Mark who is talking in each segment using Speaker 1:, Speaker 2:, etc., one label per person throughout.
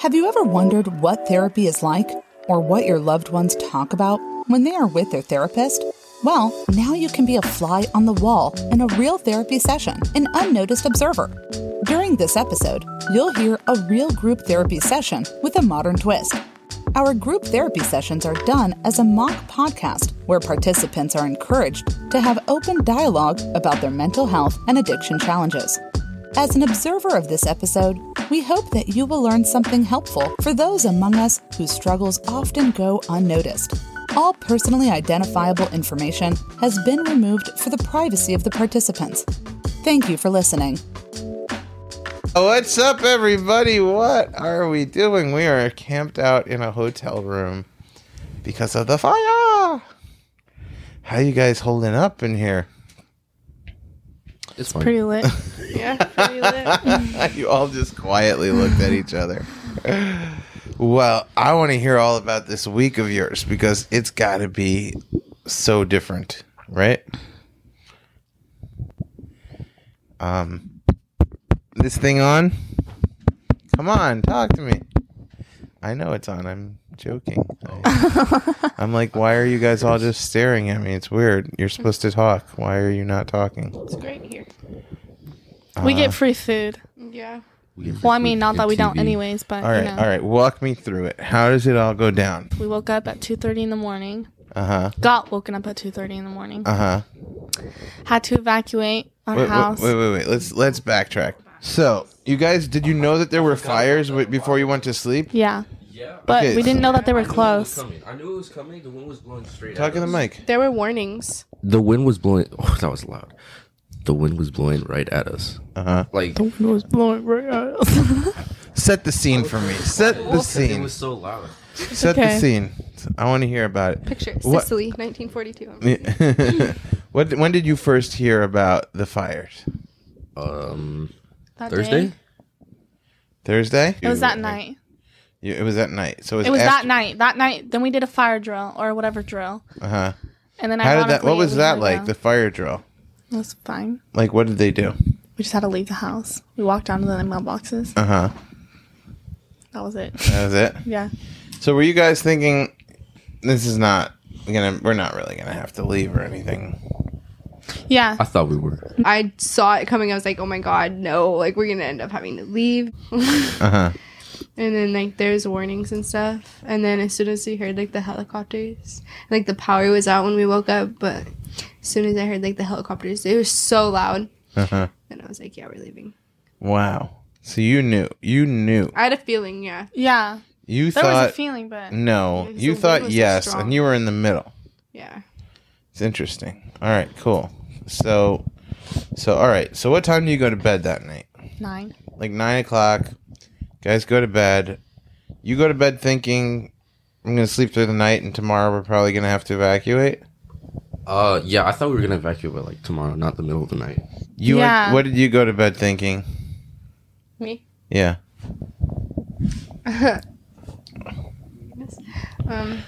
Speaker 1: Have you ever wondered what therapy is like or what your loved ones talk about when they are with their therapist? Well, now you can be a fly on the wall in a real therapy session, an unnoticed observer. During this episode, you'll hear a real group therapy session with a modern twist. Our group therapy sessions are done as a mock podcast where participants are encouraged to have open dialogue about their mental health and addiction challenges. As an observer of this episode, we hope that you will learn something helpful for those among us whose struggles often go unnoticed. All personally identifiable information has been removed for the privacy of the participants. Thank you for listening.
Speaker 2: What's up, everybody? What are we doing? We are camped out in a hotel room because of the fire. How you guys holding up in here?
Speaker 3: It's pretty lit.
Speaker 4: Yeah, pretty lit.
Speaker 2: you all just quietly looked at each other. Well, I want to hear all about this week of yours because it's got to be so different, right? Um, this thing on? Come on, talk to me. I know it's on. I'm joking. I- I'm like, why are you guys all just staring at me? It's weird. You're supposed to talk. Why are you not talking?
Speaker 4: It's great here.
Speaker 2: Uh-huh.
Speaker 3: we get free food.
Speaker 4: Yeah.
Speaker 3: Well, I mean, not that we don't,
Speaker 5: TV.
Speaker 3: anyways. But
Speaker 2: All right,
Speaker 3: you know,
Speaker 2: all right. Walk me through it. How does it all go down?
Speaker 3: we woke up at two thirty in the morning.
Speaker 2: Uh huh.
Speaker 3: Got woken up at two thirty in the morning.
Speaker 2: Uh huh.
Speaker 3: Had to evacuate our
Speaker 2: Wait, wait,
Speaker 3: house.
Speaker 2: wait, wait, wait. Let's let's backtrack. So, you guys, did you know that there were fires w- before you went to sleep?
Speaker 3: Yeah,
Speaker 5: Yeah.
Speaker 3: but
Speaker 2: Okay.
Speaker 3: we didn't know that they were close.
Speaker 5: I knew it was coming. I knew it was coming. The wind was blowing straight
Speaker 2: Talk
Speaker 5: at
Speaker 2: to the
Speaker 5: us.
Speaker 2: mic.
Speaker 4: There were warnings.
Speaker 5: The wind was blowing. Oh, that was loud. The wind was blowing right at us.
Speaker 2: Uh huh.
Speaker 5: Like
Speaker 3: The wind was blowing right at us.
Speaker 2: Set the scene for me. Set the
Speaker 5: It
Speaker 2: scene.
Speaker 5: was so loud.
Speaker 2: Set the
Speaker 3: okay.
Speaker 2: scene. I want to hear about it.
Speaker 4: Picture
Speaker 2: What-
Speaker 4: Sicily, 1942.
Speaker 2: Yeah. what? When did you first hear about the fires?
Speaker 5: Um,
Speaker 3: That
Speaker 5: Thursday.
Speaker 3: day?
Speaker 2: Thursday.
Speaker 3: It was that
Speaker 5: Yeah.
Speaker 3: night.
Speaker 2: You- It was that night. So it was,
Speaker 3: It was that
Speaker 2: after-
Speaker 3: night. That night. Then we did a fire drill or whatever drill.
Speaker 2: Uh huh.
Speaker 3: And then
Speaker 2: How did that? What
Speaker 3: ironically,
Speaker 2: was
Speaker 3: we
Speaker 2: that
Speaker 3: were
Speaker 2: like?
Speaker 3: down.
Speaker 2: The fire drill.
Speaker 3: it was fine.
Speaker 2: Like, what did they do?
Speaker 3: We just had to leave the house. We walked down to the mailboxes.
Speaker 2: Uh huh.
Speaker 3: That was it.
Speaker 2: That was it.
Speaker 3: Yeah.
Speaker 2: So were you guys thinking this is not gonna we're not really gonna have to leave or anything?
Speaker 3: Yeah.
Speaker 5: I thought we were.
Speaker 4: I saw it coming. I was like, oh my God, no. Like, we're going to end up having to leave. and
Speaker 2: Uh-huh.
Speaker 4: then, like, there's warnings and stuff. And then as soon as we heard, like, the helicopters, like, the power was out when we woke up. But as soon as I heard, like, the helicopters, it was so loud.
Speaker 2: Uh-huh.
Speaker 4: And I was like, yeah, we're leaving.
Speaker 2: Wow. So you knew. You knew.
Speaker 4: I had a feeling, yeah.
Speaker 3: Yeah.
Speaker 2: You
Speaker 3: There was a
Speaker 2: thought Mm.
Speaker 3: feeling, but
Speaker 2: no.
Speaker 4: Because the
Speaker 2: You
Speaker 4: wind was
Speaker 2: thought
Speaker 4: so
Speaker 2: yes,
Speaker 4: strong.
Speaker 2: and you were in the middle.
Speaker 4: Yeah.
Speaker 2: It's interesting. All right, cool. So so all right. So what time do you go to bed that night?
Speaker 3: nine.
Speaker 2: Like nine o'clock. Guys go to bed. You go to bed thinking I'm gonna sleep through the night and tomorrow we're probably gonna have to evacuate.
Speaker 5: Uh, yeah, I thought we were gonna evacuate like tomorrow, not the middle of the night.
Speaker 2: You went-
Speaker 3: Yeah.
Speaker 2: what did you go to bed thinking?
Speaker 4: Me?
Speaker 2: Yeah.
Speaker 4: Um,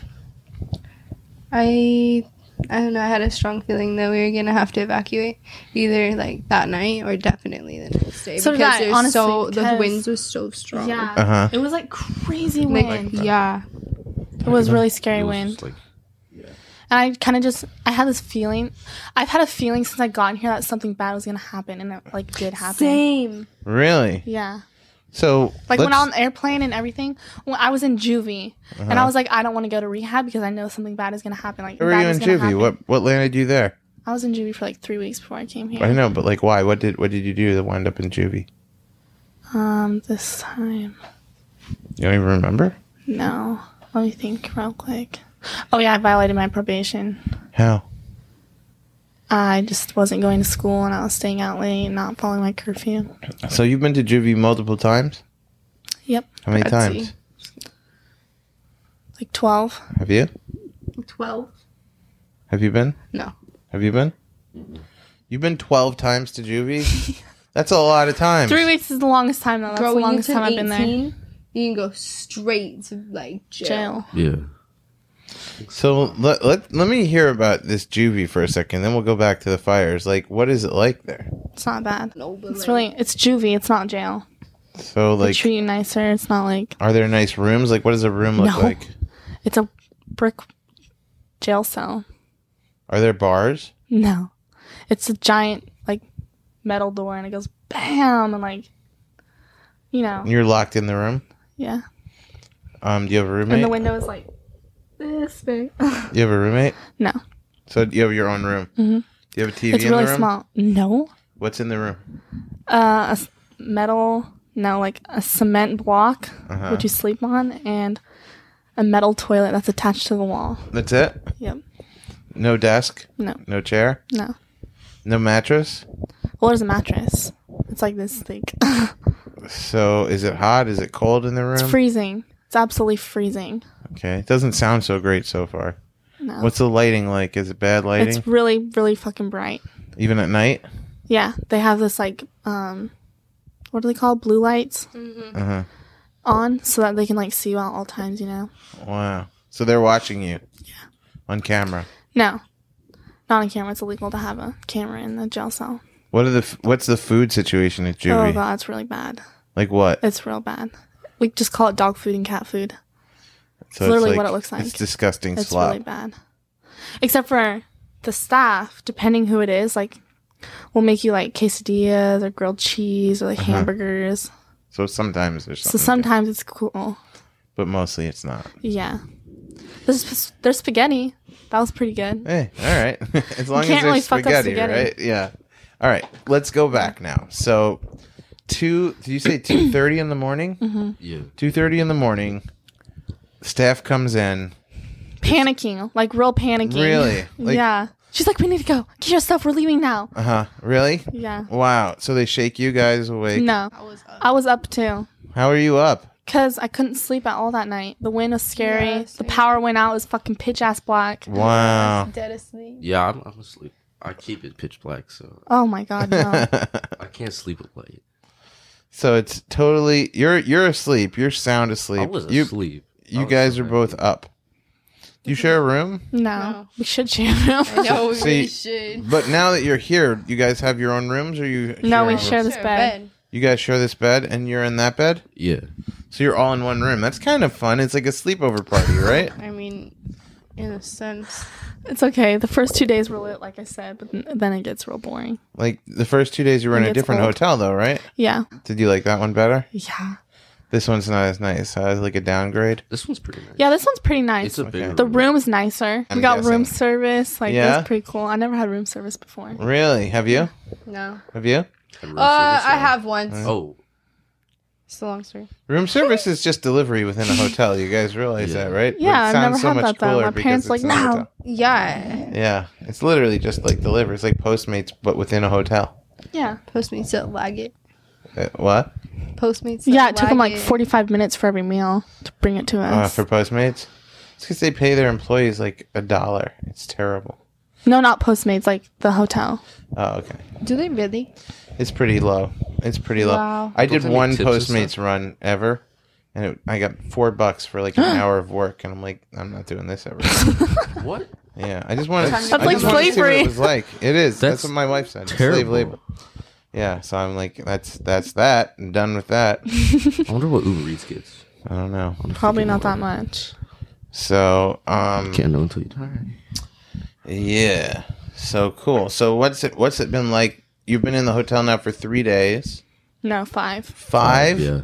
Speaker 4: I I don't know. I had a strong feeling that we were gonna have to evacuate either like that night or definitely the next day
Speaker 3: So did I,
Speaker 4: it was
Speaker 3: honestly,
Speaker 4: so the
Speaker 3: 'cause-
Speaker 4: winds was so strong.
Speaker 3: Yeah.
Speaker 2: Uh-huh.
Speaker 3: It was like crazy
Speaker 4: Like,
Speaker 3: wind.
Speaker 4: yeah,
Speaker 3: it was really scary
Speaker 5: It was
Speaker 3: wind.
Speaker 5: just like
Speaker 3: and I kind of just I had this feeling. I've had a feeling since I got here that something bad was gonna happen, and it like did happen.
Speaker 4: same.
Speaker 2: Really?
Speaker 3: Yeah.
Speaker 2: So
Speaker 3: Like when
Speaker 2: let's-
Speaker 3: on the airplane and everything, when I was in juvie, and I was like, I don't want to go to rehab because I know something bad is gonna happen. Like,
Speaker 2: Uh-huh. where were
Speaker 3: bad
Speaker 2: you
Speaker 3: is
Speaker 2: in
Speaker 3: gonna
Speaker 2: juvie?
Speaker 3: happen.
Speaker 2: What what landed you there?
Speaker 3: I was in juvie for like three weeks before I came here.
Speaker 2: I know, but like why? What did what did you do to wind up in juvie?
Speaker 3: Um, this time,
Speaker 2: You don't even remember?
Speaker 3: no. Let me think real quick. Oh yeah, I violated my probation.
Speaker 2: How?
Speaker 3: I just wasn't going to school and I was staying out late, and not following my curfew.
Speaker 2: So you've been to juvie multiple times?
Speaker 3: Yep,
Speaker 2: How many
Speaker 4: Let's
Speaker 2: times?
Speaker 4: see.
Speaker 3: like twelve.
Speaker 2: Have you?
Speaker 4: Twelve.
Speaker 2: Have you been?
Speaker 4: No.
Speaker 2: Have you been? You've been twelve times to juvie? That's a lot of times.
Speaker 3: Three weeks is the longest time though. That's
Speaker 4: Bro,
Speaker 3: the
Speaker 4: when you
Speaker 3: longest
Speaker 4: turn
Speaker 3: time I've been there.
Speaker 4: eighteen, you can go straight to like jail.
Speaker 3: Jail.
Speaker 5: yeah.
Speaker 2: So let, let let me hear about this juvie for a second, then we'll go back to the fires. Like what is it like there?
Speaker 3: It's not bad.
Speaker 4: No, but
Speaker 3: It's
Speaker 4: like,
Speaker 3: really it's juvie. It's not jail.
Speaker 2: So
Speaker 3: They
Speaker 2: like,
Speaker 3: treat you nicer. It's not like
Speaker 2: are there nice rooms? Like, what does a room look
Speaker 3: No.
Speaker 2: like?
Speaker 3: it's a brick jail cell.
Speaker 2: Are there bars?
Speaker 3: No, it's a giant like metal door, and it goes bam, and like you know,
Speaker 2: You're locked in the room.
Speaker 3: yeah.
Speaker 2: Um, do you have a
Speaker 3: And the
Speaker 2: roommate?
Speaker 3: window is like this big.
Speaker 2: you have a roommate?
Speaker 3: no,
Speaker 2: So you have your own room.
Speaker 3: Mhm.
Speaker 2: Do you have a TV
Speaker 3: it's
Speaker 2: in
Speaker 3: really
Speaker 2: the room?
Speaker 3: small. No,
Speaker 2: What's in the room?
Speaker 3: uh, a s- metal. No, like a cement block,
Speaker 2: Uh-huh.
Speaker 3: which you sleep on, and a metal toilet that's attached to the wall.
Speaker 2: That's it.
Speaker 3: Yep.
Speaker 2: No desk.
Speaker 3: No,
Speaker 2: No chair.
Speaker 3: no.
Speaker 2: No mattress.
Speaker 3: Well, there's a mattress. It's like this thick.
Speaker 2: So is it hot? Is it cold in the room?
Speaker 3: it's freezing. It's absolutely freezing.
Speaker 2: Okay, it doesn't sound so great so far.
Speaker 3: No.
Speaker 2: What's the lighting like? Is it bad lighting?
Speaker 3: It's really, really fucking bright.
Speaker 2: Even at night?
Speaker 3: Yeah, they have this like, um, what do they call blue lights
Speaker 2: Uh huh.
Speaker 3: on so that they can like see you at all times. You know?
Speaker 2: Wow. So they're watching you. Yeah. On camera.
Speaker 3: No, not on camera. It's illegal to have a camera in the jail cell.
Speaker 2: What are the f- What's the food situation at
Speaker 3: Oh
Speaker 2: juvie?
Speaker 3: god, it's really bad.
Speaker 2: like what?
Speaker 3: It's real bad. We just call it dog food and cat food.
Speaker 2: So
Speaker 3: literally what it looks like.
Speaker 2: It's disgusting
Speaker 3: It's
Speaker 2: slop.
Speaker 3: really bad. Except for the staff, depending who it is, like will make you like quesadillas or grilled cheese or like
Speaker 2: Uh-huh.
Speaker 3: hamburgers.
Speaker 2: so sometimes there's
Speaker 3: So
Speaker 2: something,
Speaker 3: sometimes it's cool.
Speaker 2: but mostly it's not.
Speaker 3: Yeah. There's there's spaghetti. That was pretty good.
Speaker 2: Hey, all right. as long as
Speaker 3: can't
Speaker 2: there's
Speaker 3: really fuck up
Speaker 2: spaghetti,
Speaker 3: spaghetti.
Speaker 2: right? Yeah. All right. Let's go back now. So, two. Did you say two thirty in the morning?
Speaker 3: Mm-hmm.
Speaker 5: Yeah.
Speaker 2: Two thirty in the morning. Staff comes in.
Speaker 3: Panicking, like real panicking.
Speaker 2: Really? Like-
Speaker 3: yeah. She's like, we need to go. Get your stuff. We're leaving now.
Speaker 2: Uh huh. Really?
Speaker 3: Yeah.
Speaker 2: Wow. So they shake you guys awake.
Speaker 3: No,
Speaker 4: I was up.
Speaker 3: I was up too
Speaker 2: How are you up?
Speaker 3: because I couldn't sleep at all that night. The wind was scary.
Speaker 4: Yeah,
Speaker 3: the
Speaker 4: same.
Speaker 3: power went out. It was fucking pitch ass black.
Speaker 2: Wow.
Speaker 4: Dead asleep.
Speaker 5: Yeah, I'm, I'm asleep. I keep it pitch black, so
Speaker 3: Oh my god, no.
Speaker 5: I can't sleep at light.
Speaker 2: so it's totally you're you're asleep. You're sound asleep.
Speaker 5: I was
Speaker 2: you
Speaker 5: asleep. I
Speaker 2: you
Speaker 5: was
Speaker 2: guys are
Speaker 5: alright.
Speaker 2: both up. You share a room,
Speaker 3: no.
Speaker 4: No.
Speaker 3: We should share a
Speaker 4: I
Speaker 3: room.
Speaker 4: know we
Speaker 2: See,
Speaker 4: really should.
Speaker 2: but now that you're here, you guys have your own rooms, or you?
Speaker 3: No, we
Speaker 2: a room?
Speaker 3: share this
Speaker 4: Sure,
Speaker 3: bed.
Speaker 2: You guys share this bed, and you're in that bed,
Speaker 5: Yeah.
Speaker 2: so you're all in one room. That's kind of fun. It's like a sleepover party, right?
Speaker 4: I mean, in a sense.
Speaker 3: It's okay. The first two days were lit, like I said, but th- then it gets real boring.
Speaker 2: like the first two days you were in a
Speaker 3: It gets
Speaker 2: different
Speaker 3: old.
Speaker 2: hotel, though, right?
Speaker 3: Yeah.
Speaker 2: Did you like that one better?
Speaker 3: Yeah.
Speaker 2: This one's not as nice. So I was like a downgrade.
Speaker 5: This one's pretty nice.
Speaker 3: Yeah, this one's pretty nice.
Speaker 5: It's a bigger
Speaker 3: the room's nicer.
Speaker 2: I'm
Speaker 3: we got room
Speaker 2: guessing.
Speaker 3: service. Like
Speaker 2: Yeah?
Speaker 3: that's pretty cool. I never had room service before.
Speaker 2: Really? Have you?
Speaker 4: No.
Speaker 2: Have you?
Speaker 5: A room
Speaker 4: Uh,
Speaker 5: service
Speaker 4: I
Speaker 5: room.
Speaker 4: have once.
Speaker 5: Oh,
Speaker 4: It's a long story.
Speaker 2: Room service is just delivery within a hotel. You guys realize
Speaker 5: Yeah.
Speaker 2: that, right? But
Speaker 3: Yeah,
Speaker 2: it
Speaker 3: I've
Speaker 2: sounds
Speaker 3: never had that, though. My
Speaker 2: because
Speaker 3: parents
Speaker 2: it's
Speaker 3: like,
Speaker 2: in a
Speaker 3: "No."
Speaker 2: hotel.
Speaker 4: Yeah.
Speaker 2: Yeah, it's literally just like delivery. It's like Postmates, but within a hotel.
Speaker 3: Yeah.
Speaker 4: Postmates don't lag it.
Speaker 2: Uh, what?
Speaker 4: Postmates. don't
Speaker 3: Yeah, it took
Speaker 4: lag
Speaker 3: them like 45 minutes for every meal to bring it to
Speaker 2: Uh,
Speaker 3: us.
Speaker 2: for Postmates? It's because they pay their employees like a dollar. It's terrible.
Speaker 3: no, not Postmates, like the hotel.
Speaker 2: Oh, okay.
Speaker 4: Do they really?
Speaker 2: It's pretty low. It's pretty low.
Speaker 4: Wow.
Speaker 2: I
Speaker 5: Don't
Speaker 2: did
Speaker 5: they make
Speaker 2: one
Speaker 5: tips and stuff?
Speaker 2: Postmates run ever, and it, I got four bucks for like an hour of work, and I'm like, I'm not doing this ever.
Speaker 5: what?
Speaker 2: Yeah, I just wanted.
Speaker 4: That's
Speaker 2: I
Speaker 4: like
Speaker 2: just wanted to see what
Speaker 3: slavery.
Speaker 2: it was like it is. That's,
Speaker 5: That's
Speaker 2: what my wife said. Slave
Speaker 5: terrible.
Speaker 2: labor. Yeah, so I'm like, that's that's that. I'm done with that.
Speaker 5: I wonder what Uber Eats gets.
Speaker 2: I don't know.
Speaker 3: Probably not that much.
Speaker 2: So, um,
Speaker 5: Can't know until you die.
Speaker 2: yeah, so cool. So what's it? What's it been like? You've been in the hotel now for three days.
Speaker 3: No, five.
Speaker 2: Five.
Speaker 5: Yeah.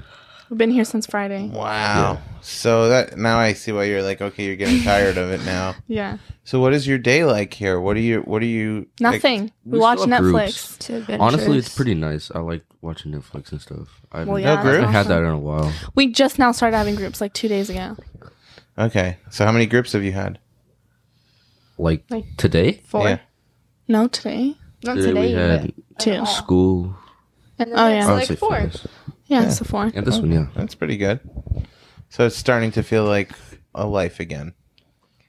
Speaker 3: We've been here since Friday.
Speaker 2: Wow. So that now I see why you're like, okay, you're getting tired of it now.
Speaker 3: Yeah.
Speaker 2: So what is your day like here? What are you? What are you? like-
Speaker 3: Nothing. we
Speaker 5: we
Speaker 3: watch
Speaker 5: still have
Speaker 3: Netflix.
Speaker 5: groups.
Speaker 4: To
Speaker 5: Honestly, it's pretty nice. I like watching Netflix and stuff. I
Speaker 3: Well,
Speaker 5: haven't-
Speaker 3: yeah,
Speaker 2: No
Speaker 3: that's
Speaker 2: group?
Speaker 5: I haven't had
Speaker 3: awesome.
Speaker 5: that in a while.
Speaker 3: We just now started having groups like two days ago.
Speaker 2: okay. So how many groups have you had?
Speaker 5: Like,
Speaker 3: Like-
Speaker 5: today,
Speaker 4: Four.
Speaker 2: Yeah.
Speaker 3: No, today.
Speaker 4: Not
Speaker 5: today
Speaker 4: today.
Speaker 5: we had
Speaker 3: Two.
Speaker 5: school.
Speaker 4: but- And
Speaker 3: Oh,
Speaker 4: then it's
Speaker 3: yeah.
Speaker 5: I would say
Speaker 4: like four.
Speaker 5: fitness.
Speaker 3: Yeah, so four.
Speaker 5: And this one, yeah.
Speaker 2: That's pretty good. So it's starting to feel like a life again.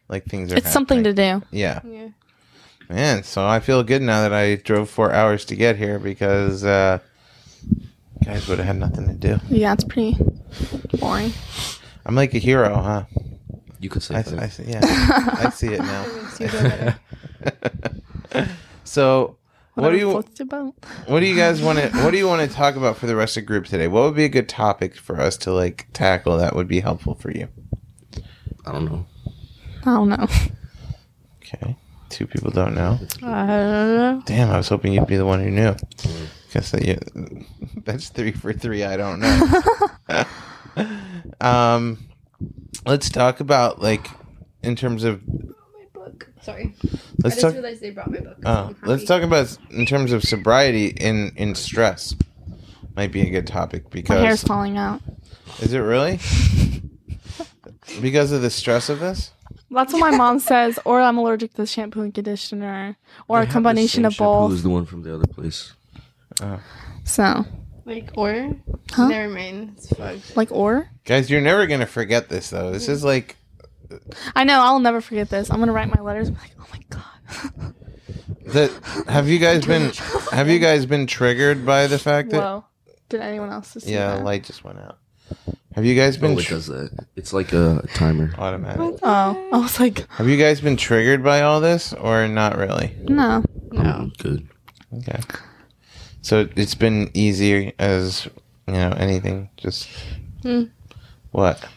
Speaker 2: Like things are.
Speaker 3: It's something to
Speaker 2: happening.
Speaker 3: do.
Speaker 2: Yeah,
Speaker 4: Yeah.
Speaker 2: man. So I feel good now that I drove four hours to get here because uh, guys would have had nothing to do.
Speaker 3: Yeah, it's pretty boring.
Speaker 2: I'm like a hero, huh?
Speaker 5: You could say
Speaker 2: I,
Speaker 5: that.
Speaker 2: I see. Yeah, I see it now. so What do
Speaker 3: I
Speaker 2: you-
Speaker 3: talked about?
Speaker 2: What do you guys want to? What do you want to talk about for the rest of group today? What would be a good topic for us to like tackle that would be helpful for you?
Speaker 5: I don't know.
Speaker 3: I don't know.
Speaker 2: Okay, two people don't know.
Speaker 4: I don't know.
Speaker 2: Damn, I was hoping you'd be the one who knew. Guess that you, that's three for three. I don't know. um, let's talk about like in terms of
Speaker 4: My book. Sorry. I
Speaker 2: let's
Speaker 4: just
Speaker 2: talk.
Speaker 4: realized they brought my book.
Speaker 2: Uh, let's talk about s- in terms of sobriety in in stress. Might be a good topic
Speaker 3: My hair's
Speaker 2: because
Speaker 3: falling out.
Speaker 2: is it really? because of the stress of this.
Speaker 3: That's what my mom says. Or I'm allergic to shampoo and conditioner, or a
Speaker 5: They have the
Speaker 3: combination
Speaker 5: same
Speaker 3: of
Speaker 5: shampoo
Speaker 3: both.
Speaker 5: as the one from the other place.
Speaker 3: So,
Speaker 4: Like, or?
Speaker 3: Huh?
Speaker 4: Never mind. It's fucked.
Speaker 3: like, or
Speaker 2: Guys, you're never gonna forget this though. This is like
Speaker 3: I know I'll never forget this. I'm gonna write my letters. And be like, oh my god.
Speaker 2: the. Have you guys been? Have you guys been triggered by the fact that?
Speaker 3: Whoa. Did anyone else see
Speaker 2: Yeah,
Speaker 3: that?
Speaker 2: light just went out. Have you guys been
Speaker 5: Oh, it
Speaker 2: tr-
Speaker 5: does that. It's like a timer.
Speaker 2: automatic?
Speaker 3: oh, I was like,
Speaker 2: Have you guys been triggered by all this or not really?
Speaker 3: no.
Speaker 4: No.
Speaker 5: Good.
Speaker 2: Okay. So it's been easy as you know anything. Just
Speaker 4: Hmm.
Speaker 2: what?
Speaker 4: I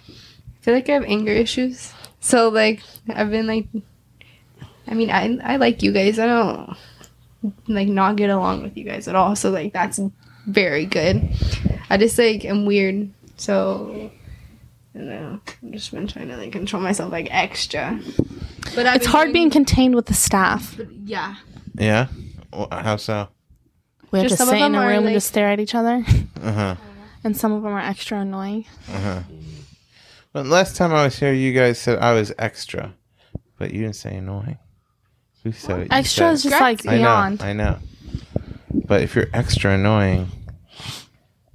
Speaker 4: feel like I have anger issues. So, like, I've been like, I mean, I, I like you guys. I don't, like, not get along with you guys at all. So, like, that's very good. I just, like, am weird. So, I don't know. I've just been trying to, like, control myself, like, extra. But I've
Speaker 3: It's
Speaker 4: been
Speaker 3: hard
Speaker 4: doing-
Speaker 3: being contained with the staff.
Speaker 4: But, yeah.
Speaker 2: Yeah. Wh- How so?
Speaker 3: We have
Speaker 4: Just
Speaker 3: to
Speaker 4: some of
Speaker 3: sit in
Speaker 4: them
Speaker 3: a
Speaker 4: are,
Speaker 3: room and
Speaker 4: like-
Speaker 3: just stare at each other.
Speaker 2: Uh huh.
Speaker 3: And some of them are extra annoying.
Speaker 2: Uh huh. But last time I was here, you guys said I was extra, but you didn't say annoying. Who said it? You
Speaker 3: Extra
Speaker 2: said
Speaker 3: is
Speaker 2: it.
Speaker 3: just like
Speaker 2: I know.
Speaker 3: beyond.
Speaker 2: I know. But if you're extra annoying,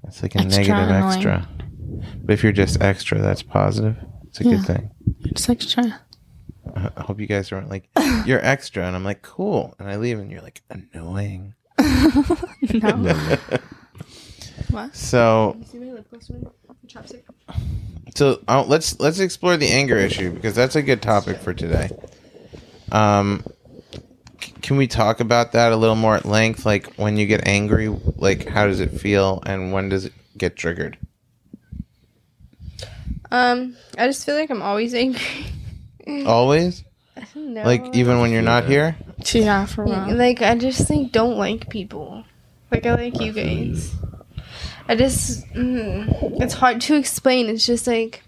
Speaker 2: that's like a
Speaker 3: Extra
Speaker 2: negative
Speaker 3: annoying.
Speaker 2: extra. But if you're just extra, that's positive. It's a
Speaker 3: Yeah.
Speaker 2: good thing.
Speaker 3: Just extra.
Speaker 2: I I hope you guys aren't like you're extra, and I'm like cool, and I leave, and you're like annoying.
Speaker 3: No. what?
Speaker 2: So
Speaker 4: You see my lip gloss one? The chapstick?
Speaker 2: So uh, let's let's explore the anger issue because that's a good topic for today. Um, c- can we talk about that a little more at length? Like when you get angry, like how does it feel, and when does it get triggered?
Speaker 4: Um, I just feel like I'm always angry.
Speaker 2: Always,
Speaker 4: no.
Speaker 2: like even when you're not here.
Speaker 3: Yeah, for real.
Speaker 4: like I just like don't like people. Like I like you guys. I just mm, it's hard to explain. It's just like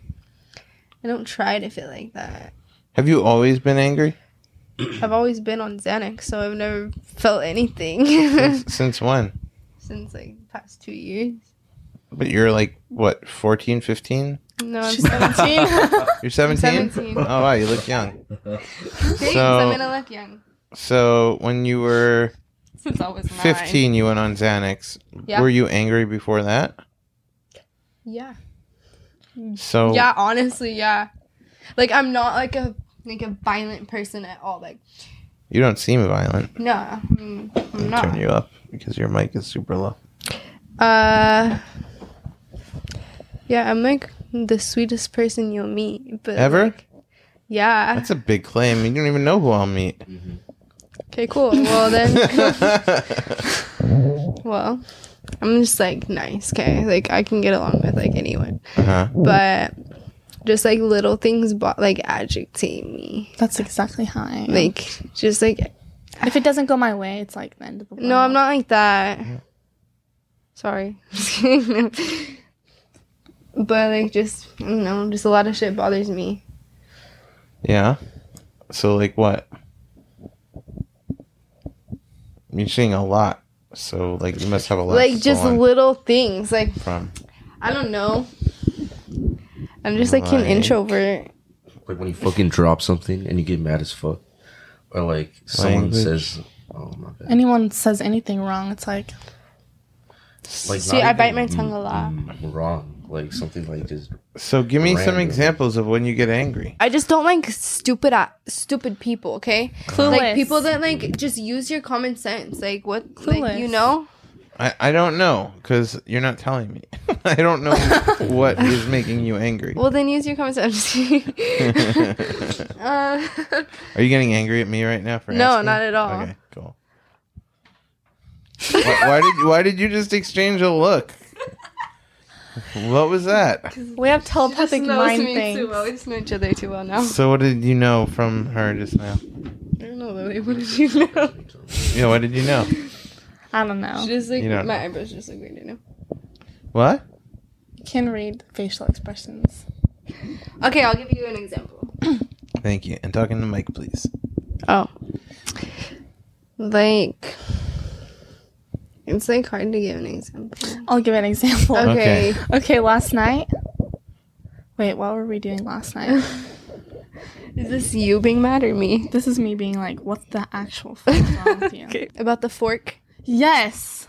Speaker 4: I don't try to feel like that.
Speaker 2: Have you always been angry?
Speaker 4: I've always been on Xanax, so I've never felt anything
Speaker 2: Since, since when?
Speaker 4: since like the past two years.
Speaker 2: But you're like what 14, 15?
Speaker 4: No, I'm 17.
Speaker 2: You're 17?
Speaker 4: 17.
Speaker 2: Oh wow, you look young.
Speaker 4: Thanks,
Speaker 2: So-
Speaker 4: I'm gonna look young.
Speaker 2: So when you were
Speaker 4: Since I was nine.
Speaker 2: 15, you went on Xanax.
Speaker 4: Yeah.
Speaker 2: Were you angry before that?
Speaker 4: Yeah.
Speaker 2: So
Speaker 4: Yeah, honestly, yeah. Like I'm not like a like a violent person at all. Like
Speaker 2: you don't seem violent.
Speaker 4: no, I'm, I'm not.
Speaker 2: turn you up because your mic is super low.
Speaker 4: Uh, yeah, I'm like the sweetest person you'll meet, but
Speaker 2: Ever?
Speaker 4: like, yeah.
Speaker 2: That's a big claim. You don't even know who I'll meet.
Speaker 4: okay, cool. Well then, Uh-huh.
Speaker 2: okay.
Speaker 4: well, I'm just like nice. Okay, like I can get along with like anyone,
Speaker 2: Uh-huh.
Speaker 4: but just like little things, bo- like agitate me.
Speaker 3: That's exactly how I am.
Speaker 4: Like just like
Speaker 3: if it doesn't go my way, it's like the end of the world.
Speaker 4: no, I'm not like that. Sorry, Just kidding. but like just I don't know, just a lot of shit bothers me.
Speaker 2: Yeah. So like what? You're seeing a lot. So like you must have a lot.
Speaker 4: like
Speaker 2: to
Speaker 4: just
Speaker 2: go on
Speaker 4: little things like
Speaker 2: from.
Speaker 4: i don't know i'm just like an
Speaker 2: Like-
Speaker 4: introvert
Speaker 5: Like when you fucking drop something and you get mad as fuck, or like someone
Speaker 2: Language.
Speaker 5: says, "Oh my bad."
Speaker 3: Anyone says anything wrong, it's like
Speaker 5: Like
Speaker 4: See,
Speaker 5: not
Speaker 4: I bite
Speaker 5: even,
Speaker 4: my tongue
Speaker 5: "Mm,
Speaker 4: a lot."
Speaker 5: mm, wrong, like something like just
Speaker 2: So give me some
Speaker 5: Random.
Speaker 2: examples of when you get angry.
Speaker 4: i just don't like stupid uh, stupid people okay like
Speaker 3: Clueless.
Speaker 4: people that like just use your common sense like what like
Speaker 3: Clueless.
Speaker 4: you know
Speaker 2: I, I don't know because you're not telling me. I don't know what is making you angry.
Speaker 4: well then use your common sense I'm just kidding.
Speaker 2: Are
Speaker 4: uh,
Speaker 2: you getting angry at me right now for
Speaker 4: No,
Speaker 2: asking?
Speaker 4: not at all.
Speaker 2: Okay, cool. why, why did why did you just exchange a look? What was that?
Speaker 3: We have telepathic
Speaker 4: Just knows
Speaker 3: mind
Speaker 4: me too well.
Speaker 3: things.
Speaker 4: We just know each other too well now.
Speaker 2: So what did you know from her just now?
Speaker 4: I don't know, Lily. What did you know?
Speaker 2: Yeah, what did you know?
Speaker 3: I don't know.
Speaker 4: She just like
Speaker 2: You don't
Speaker 4: my eyebrows just look weird right now.
Speaker 2: What?
Speaker 3: You can read facial expressions.
Speaker 4: Okay, I'll give you an example.
Speaker 2: Thank you. And talking to Mike, please.
Speaker 4: Oh. Like it's like hard to give an example.
Speaker 3: I'll give an example. Okay.
Speaker 2: Okay.
Speaker 4: Okay.
Speaker 3: last night. Wait, what were we doing last night?
Speaker 4: Is this you being mad or me?
Speaker 3: this is me being like, what the actual fuck is wrong with you?
Speaker 4: About the fork.
Speaker 3: Yes.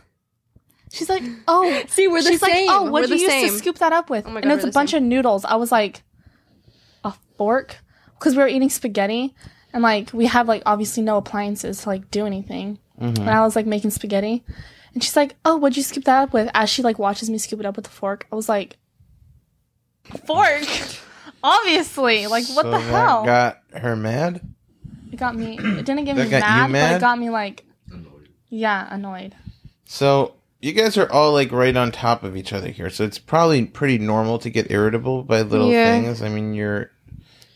Speaker 3: She's like, oh,
Speaker 4: See, we're
Speaker 3: she's like, oh, what
Speaker 4: we're
Speaker 3: do you
Speaker 4: the
Speaker 3: use
Speaker 4: same.
Speaker 3: to scoop that up with?
Speaker 4: Oh my God,
Speaker 3: and it's
Speaker 4: we're
Speaker 3: a
Speaker 4: the
Speaker 3: bunch of noodles. I was like, a fork, because we were eating spaghetti, and like we have like obviously no appliances to like do anything.
Speaker 2: Mm-hmm.
Speaker 3: And I was like making spaghetti, and she's like, oh, what'd you scoop that up with? As she like watches me scoop it up with a fork, I was like, a fork. Obviously, like what
Speaker 2: So
Speaker 3: the
Speaker 2: that
Speaker 3: hell?
Speaker 2: Got her mad.
Speaker 3: it got me. It didn't get
Speaker 2: That
Speaker 3: me
Speaker 2: got you
Speaker 3: mad, but
Speaker 2: mad?
Speaker 3: it got me like, yeah, annoyed.
Speaker 2: So you guys are all like right on top of each other here, so it's probably pretty normal to get irritable by little
Speaker 4: Yeah.
Speaker 2: things. I mean, you're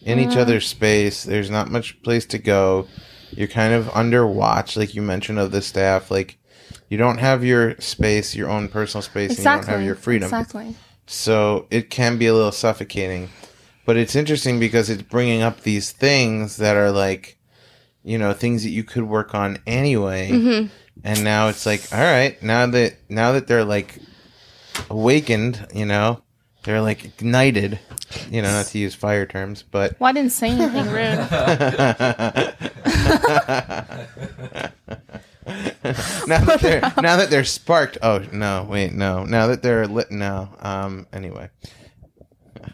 Speaker 2: in each other's space. There's not much place to go. You're kind of under watch, like you mentioned of the staff. Like you don't have your space, your own personal space, and you
Speaker 3: Exactly.
Speaker 2: don't have your freedom.
Speaker 3: Exactly.
Speaker 2: So it can be a little suffocating. But it's interesting because it's bringing up these things that are like, you know, things that you could work on anyway. And now it's like, all right, now that now that they're like awakened, you know, they're like ignited, you know, not to use fire terms, but
Speaker 3: Well, I didn't say anything rude.
Speaker 2: now that they're now that they're sparked. Oh no, wait, no. Now that they're lit. No. Um. Anyway.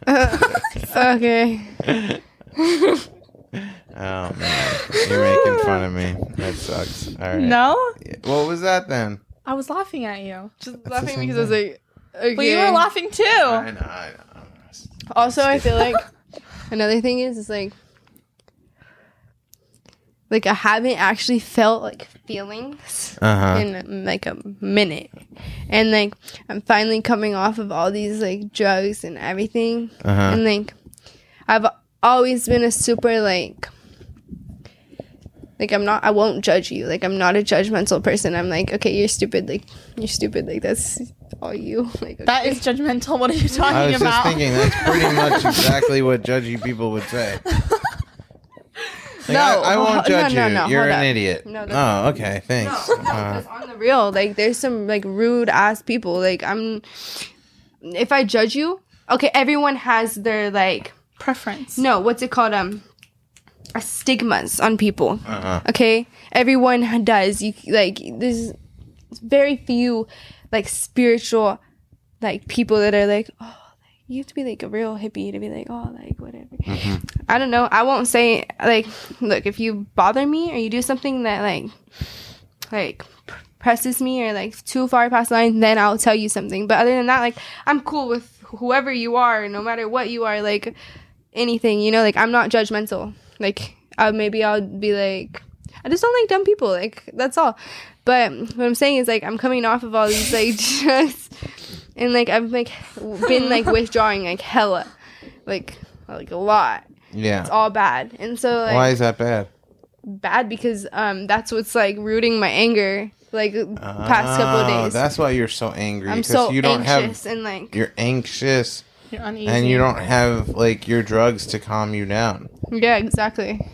Speaker 4: Okay.
Speaker 2: Oh man, you're making fun of me. That sucks. All right.
Speaker 3: No?
Speaker 2: Yeah, What was that then?
Speaker 3: I was laughing at you.
Speaker 4: Just
Speaker 2: the
Speaker 4: laughing
Speaker 2: same
Speaker 4: because I was like, okay.
Speaker 3: But you were laughing too.
Speaker 2: I know. I know.
Speaker 4: Also, I feel like another thing is is like like I haven't actually felt like feelings
Speaker 2: Uh huh.
Speaker 4: in like a minute, and like I'm finally coming off of all these like drugs and everything,
Speaker 2: Uh huh.
Speaker 4: and like I've always been a super like like I'm not I won't judge you like I'm not a judgmental person I'm like okay you're stupid like you're stupid like that's all you like
Speaker 3: That
Speaker 4: okay.
Speaker 3: is judgmental. What are you
Speaker 2: Uh-huh. I was
Speaker 3: talking
Speaker 2: just
Speaker 3: about?
Speaker 2: thinking that's pretty much exactly what judgy people would say. Like,
Speaker 4: No,
Speaker 2: I, I won't
Speaker 4: hold-
Speaker 2: judge
Speaker 4: no, no,
Speaker 2: you.
Speaker 4: no,
Speaker 2: You're
Speaker 4: hold
Speaker 2: an
Speaker 4: up.
Speaker 2: idiot.
Speaker 4: No,
Speaker 2: oh,
Speaker 4: that's-
Speaker 2: okay. Thanks.
Speaker 4: No, no,
Speaker 2: Uh,
Speaker 4: 'cause on the real, like there's some like rude ass people. Like I'm, if I judge you, okay, everyone has their like
Speaker 3: Preference.
Speaker 4: no, what's it called? Um, uh, stigmas on people.
Speaker 2: Uh-huh.
Speaker 4: Okay, everyone ha- does. You like there's very few like spiritual like people that are like oh. like, You have to be like a real hippie to be like, oh, like whatever. I don't know. I won't say like, look, if you bother me or you do something that like, like p- presses me or like too far past the line, then I'll tell you something. But other than that, like I'm cool with whoever you are, no matter what you are. Like anything, you know, like I'm not judgmental. Like uh, maybe I'll be like, I just don't like dumb people. Like that's all. But what I'm saying is like I'm coming off of all these like just and like I've like w- been like withdrawing like hella, like like a lot.
Speaker 2: yeah.
Speaker 4: It's all bad. And so like
Speaker 2: Why is that bad?
Speaker 4: bad because um that's what's like rooting my anger like past couple of
Speaker 2: Oh,
Speaker 4: days.
Speaker 2: That's why you're so angry.
Speaker 4: I'm
Speaker 2: 'cause
Speaker 4: so
Speaker 2: you don't
Speaker 4: anxious
Speaker 2: have
Speaker 4: and like
Speaker 2: you're anxious
Speaker 3: You're uneasy.
Speaker 2: and you don't have like your drugs to calm you down.
Speaker 4: yeah exactly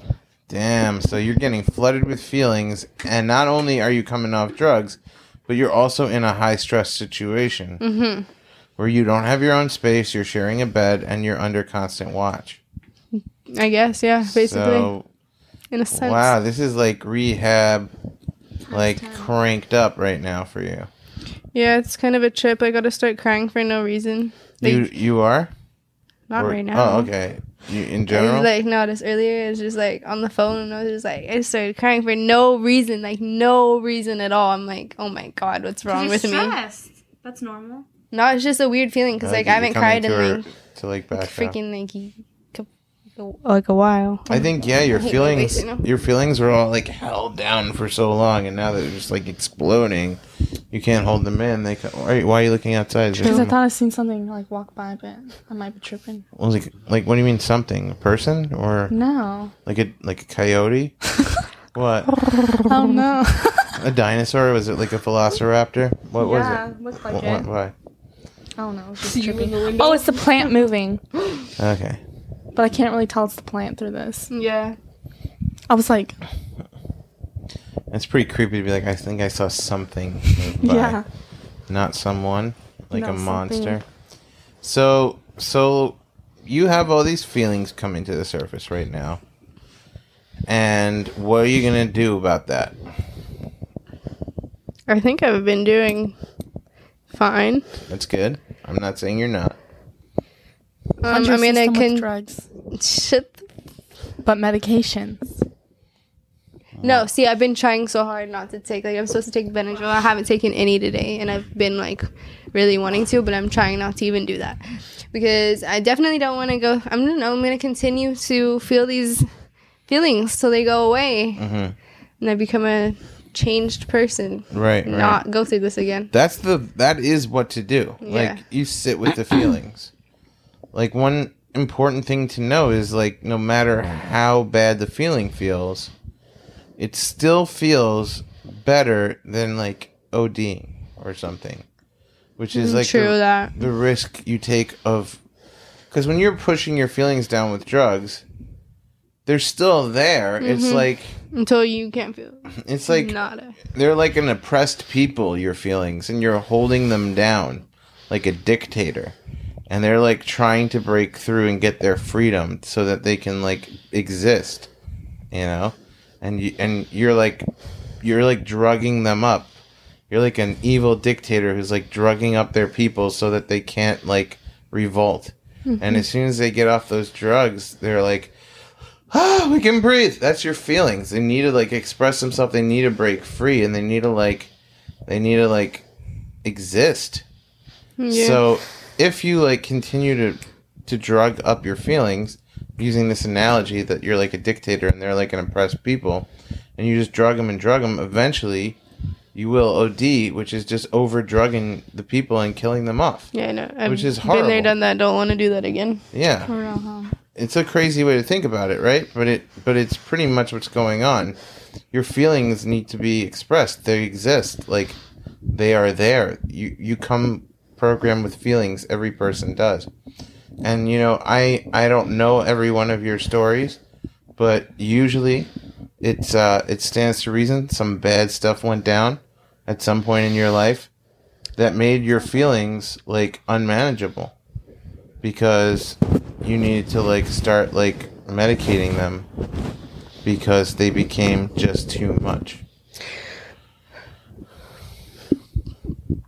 Speaker 2: Damn, so you're getting flooded with feelings and not only are you coming off drugs, but you're also in a high stress situation. Mm-hmm. Where you don't have your own space, you're sharing a bed, and you're under constant watch.
Speaker 4: I guess yeah basically
Speaker 2: So,
Speaker 4: in a sense
Speaker 2: wow, this is like rehab, like cranked up right now for you.
Speaker 4: yeah it's kind of a trip. I gotta start crying for no reason. Like,
Speaker 2: You you are?
Speaker 4: not
Speaker 2: Or-
Speaker 4: right now.
Speaker 2: Oh, okay. You, in
Speaker 4: I
Speaker 2: general?
Speaker 4: like noticed earlier, it was just like on the phone, and I was just like, I started crying for no reason, like no reason at all. I'm like, oh my god, what's wrong with me?
Speaker 3: That's normal.
Speaker 4: No, it's just a weird feeling because
Speaker 2: I
Speaker 4: like
Speaker 2: think
Speaker 4: I
Speaker 2: you're
Speaker 4: haven't cried in
Speaker 2: coming to her-
Speaker 4: like
Speaker 2: to like back up.
Speaker 4: freaking like a a, like a while.
Speaker 2: I think yeah, your
Speaker 4: I hate my
Speaker 2: feelings
Speaker 4: face right now.
Speaker 2: your feelings were all like held down for so long, and now they're just like exploding. You can't hold them in. They co- why, why are you looking outside? Is there
Speaker 3: Because I
Speaker 2: some-
Speaker 3: thought I seen something like walk by, but I might be tripping.
Speaker 2: I was like, like what do you mean something? A person or
Speaker 3: No.
Speaker 2: like a like a coyote? what
Speaker 3: Oh no.
Speaker 2: a dinosaur? Was it like a velociraptor? What was
Speaker 3: it? Looks
Speaker 2: it?
Speaker 3: like
Speaker 2: What,
Speaker 3: it.
Speaker 2: why?
Speaker 3: I don't know. It was just
Speaker 4: See you in
Speaker 3: trippy.
Speaker 4: the window?
Speaker 3: Oh, it's the plant moving,
Speaker 2: Okay.
Speaker 3: but I can't really tell it's the plant through this.
Speaker 4: Yeah.
Speaker 3: I was like,
Speaker 2: It's pretty creepy to be like, I think I saw something. move by.
Speaker 4: Um,
Speaker 3: yeah.
Speaker 2: Not someone, like
Speaker 3: Not
Speaker 2: a
Speaker 3: something.
Speaker 2: monster. So, so you have all these feelings coming to the surface right now. And what are you going to do about that?
Speaker 4: I think I've been doing fine.
Speaker 2: That's good. I'm not saying you're not.
Speaker 4: Um,
Speaker 3: Under
Speaker 4: I mean, I
Speaker 3: system with
Speaker 4: can.
Speaker 3: drugs,
Speaker 4: Shit.
Speaker 3: but medications.
Speaker 4: No, see, I've been trying so hard not to take. Like, I'm supposed to take Benadryl. I haven't taken any today, and I've been like really wanting to, but I'm trying not to even do that because I definitely don't want to go. I'm don't know. I'm gonna continue to feel these feelings till they go away,
Speaker 2: Mhm.
Speaker 4: and I become a changed person.
Speaker 2: Right, right.
Speaker 4: Not go through this again.
Speaker 2: That's the that is what to do.
Speaker 4: Yeah.
Speaker 2: Like you sit with the feelings. like one important thing to know is like no matter how bad the feeling feels, it still feels better than like ODing or something. Which is like
Speaker 4: Mm, True
Speaker 2: the,
Speaker 4: that.
Speaker 2: the risk you take of because when you're pushing your feelings down with drugs, they're still there.
Speaker 4: Mm-hmm.
Speaker 2: It's like
Speaker 4: Until you can't feel
Speaker 2: it's like
Speaker 4: nada.
Speaker 2: they're like an oppressed people your feelings and you're holding them down like a dictator and they're like trying to break through and get their freedom so that they can like exist you know and you and you're like you're like drugging them up you're like an evil dictator who's like drugging up their people so that they can't like revolt and as soon as they get off those drugs they're like ah, we can breathe. That's your feelings. They need to like express themselves. They need to break free, and they need to like, they need to like, exist.
Speaker 4: Yeah.
Speaker 2: So if you like continue to to drug up your feelings, using this analogy that you're like a dictator and they're like an oppressed people, and you just drug them and drug them, eventually, you will OD, which is just over drugging the people and killing them off.
Speaker 4: yeah, I know. I've
Speaker 2: Which is
Speaker 4: Been
Speaker 2: horrible.
Speaker 4: there, done that. Don't want to do that again.
Speaker 2: Yeah.
Speaker 3: For real, huh?
Speaker 2: it's a crazy way to think about it, right? But it but it's pretty much what's going on. Your feelings need to be expressed. They exist. Like they are there. You you come programmed with feelings. Every person does. And you know, I I don't know every one of your stories, but usually it's uh it stands to reason some bad stuff went down at some point in your life that made your feelings like unmanageable because you needed to like start like medicating them because they became just too much.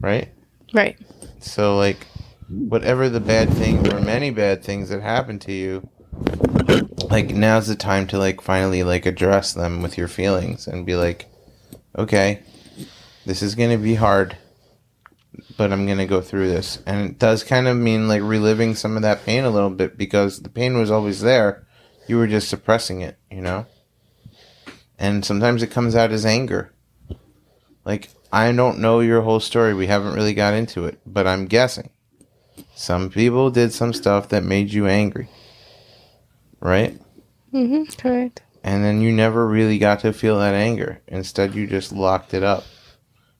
Speaker 2: Right?
Speaker 4: Right.
Speaker 2: So like whatever the bad thing or many bad things that happened to you like now's the time to like finally like address them with your feelings and be like okay this is going to be hard but I'm going to go through this and it does kind of mean like reliving some of that pain a little bit because the pain was always there you were just suppressing it you know and sometimes it comes out as anger like, I don't know your whole story. We haven't really got into it, but I'm guessing. Some people did some stuff that made you angry. Right?
Speaker 4: Mm-hmm. Correct.
Speaker 2: And then you never really got to feel that anger. Instead, you just locked it up.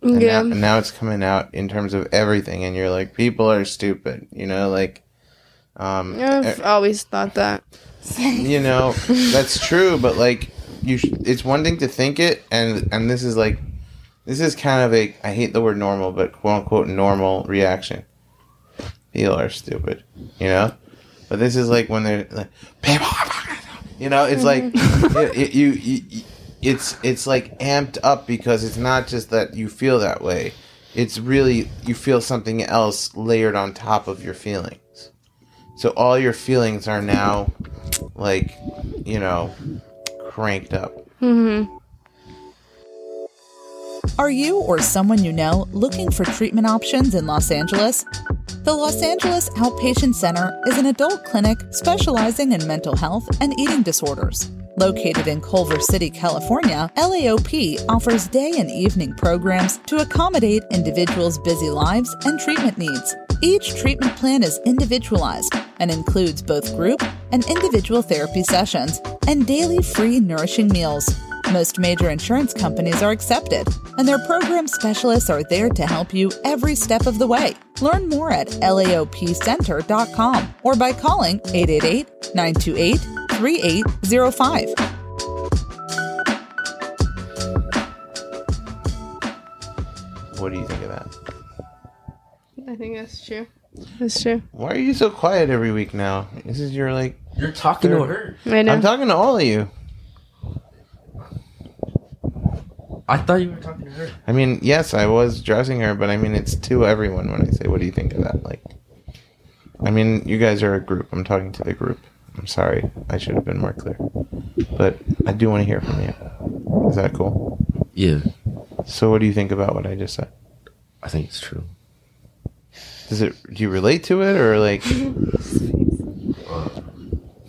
Speaker 2: And
Speaker 4: Yeah.
Speaker 2: Now, and now it's coming out in terms of everything, and you're like, people are stupid. You know, like, um,
Speaker 4: I've always thought that.
Speaker 2: you know that's true but like you sh- it's one thing to think it and and this is like this is kind of a i hate the word normal but quote unquote normal reaction people are stupid you know but this is like when they're like people are fucking stupid," you know it's like it, it- you, you, you it's it's like amped up because it's not just that you feel that way it's really you feel something else layered on top of your feelings so all your feelings are now like, you know, cranked up.
Speaker 1: Are you or someone you know looking for treatment options in Los Angeles? The Los Angeles Outpatient Center is an adult clinic specializing in mental health and eating disorders. Located in Culver City, California, LAOP offers day and evening programs to accommodate individuals' busy lives and treatment needs. Each treatment plan is individualized and includes both group and individual therapy sessions and daily free nourishing meals. Most major insurance companies are accepted, and their program specialists are there to help you every step of the way. Learn more at laopcenter.com or by calling 888 928 3805.
Speaker 2: What do you think of that?
Speaker 4: I think that's true. That's true.
Speaker 2: Why are you so quiet every week now? This is your like.
Speaker 5: You're talking
Speaker 2: to
Speaker 5: her.
Speaker 4: I know.
Speaker 2: I'm talking to all of you.
Speaker 5: I thought you were talking to her.
Speaker 2: I mean, yes, I was dressing her, but I mean, it's to everyone when I say, "What do you think of that?" Like, I mean, you guys are a group. I'm talking to the group. I'm sorry, I should have been more clear, but I do want to hear from you. Is that cool?
Speaker 5: Yeah,
Speaker 2: So, what do you think about what I just said?
Speaker 5: I think it's true.
Speaker 2: Does it? Do you relate to it, or like?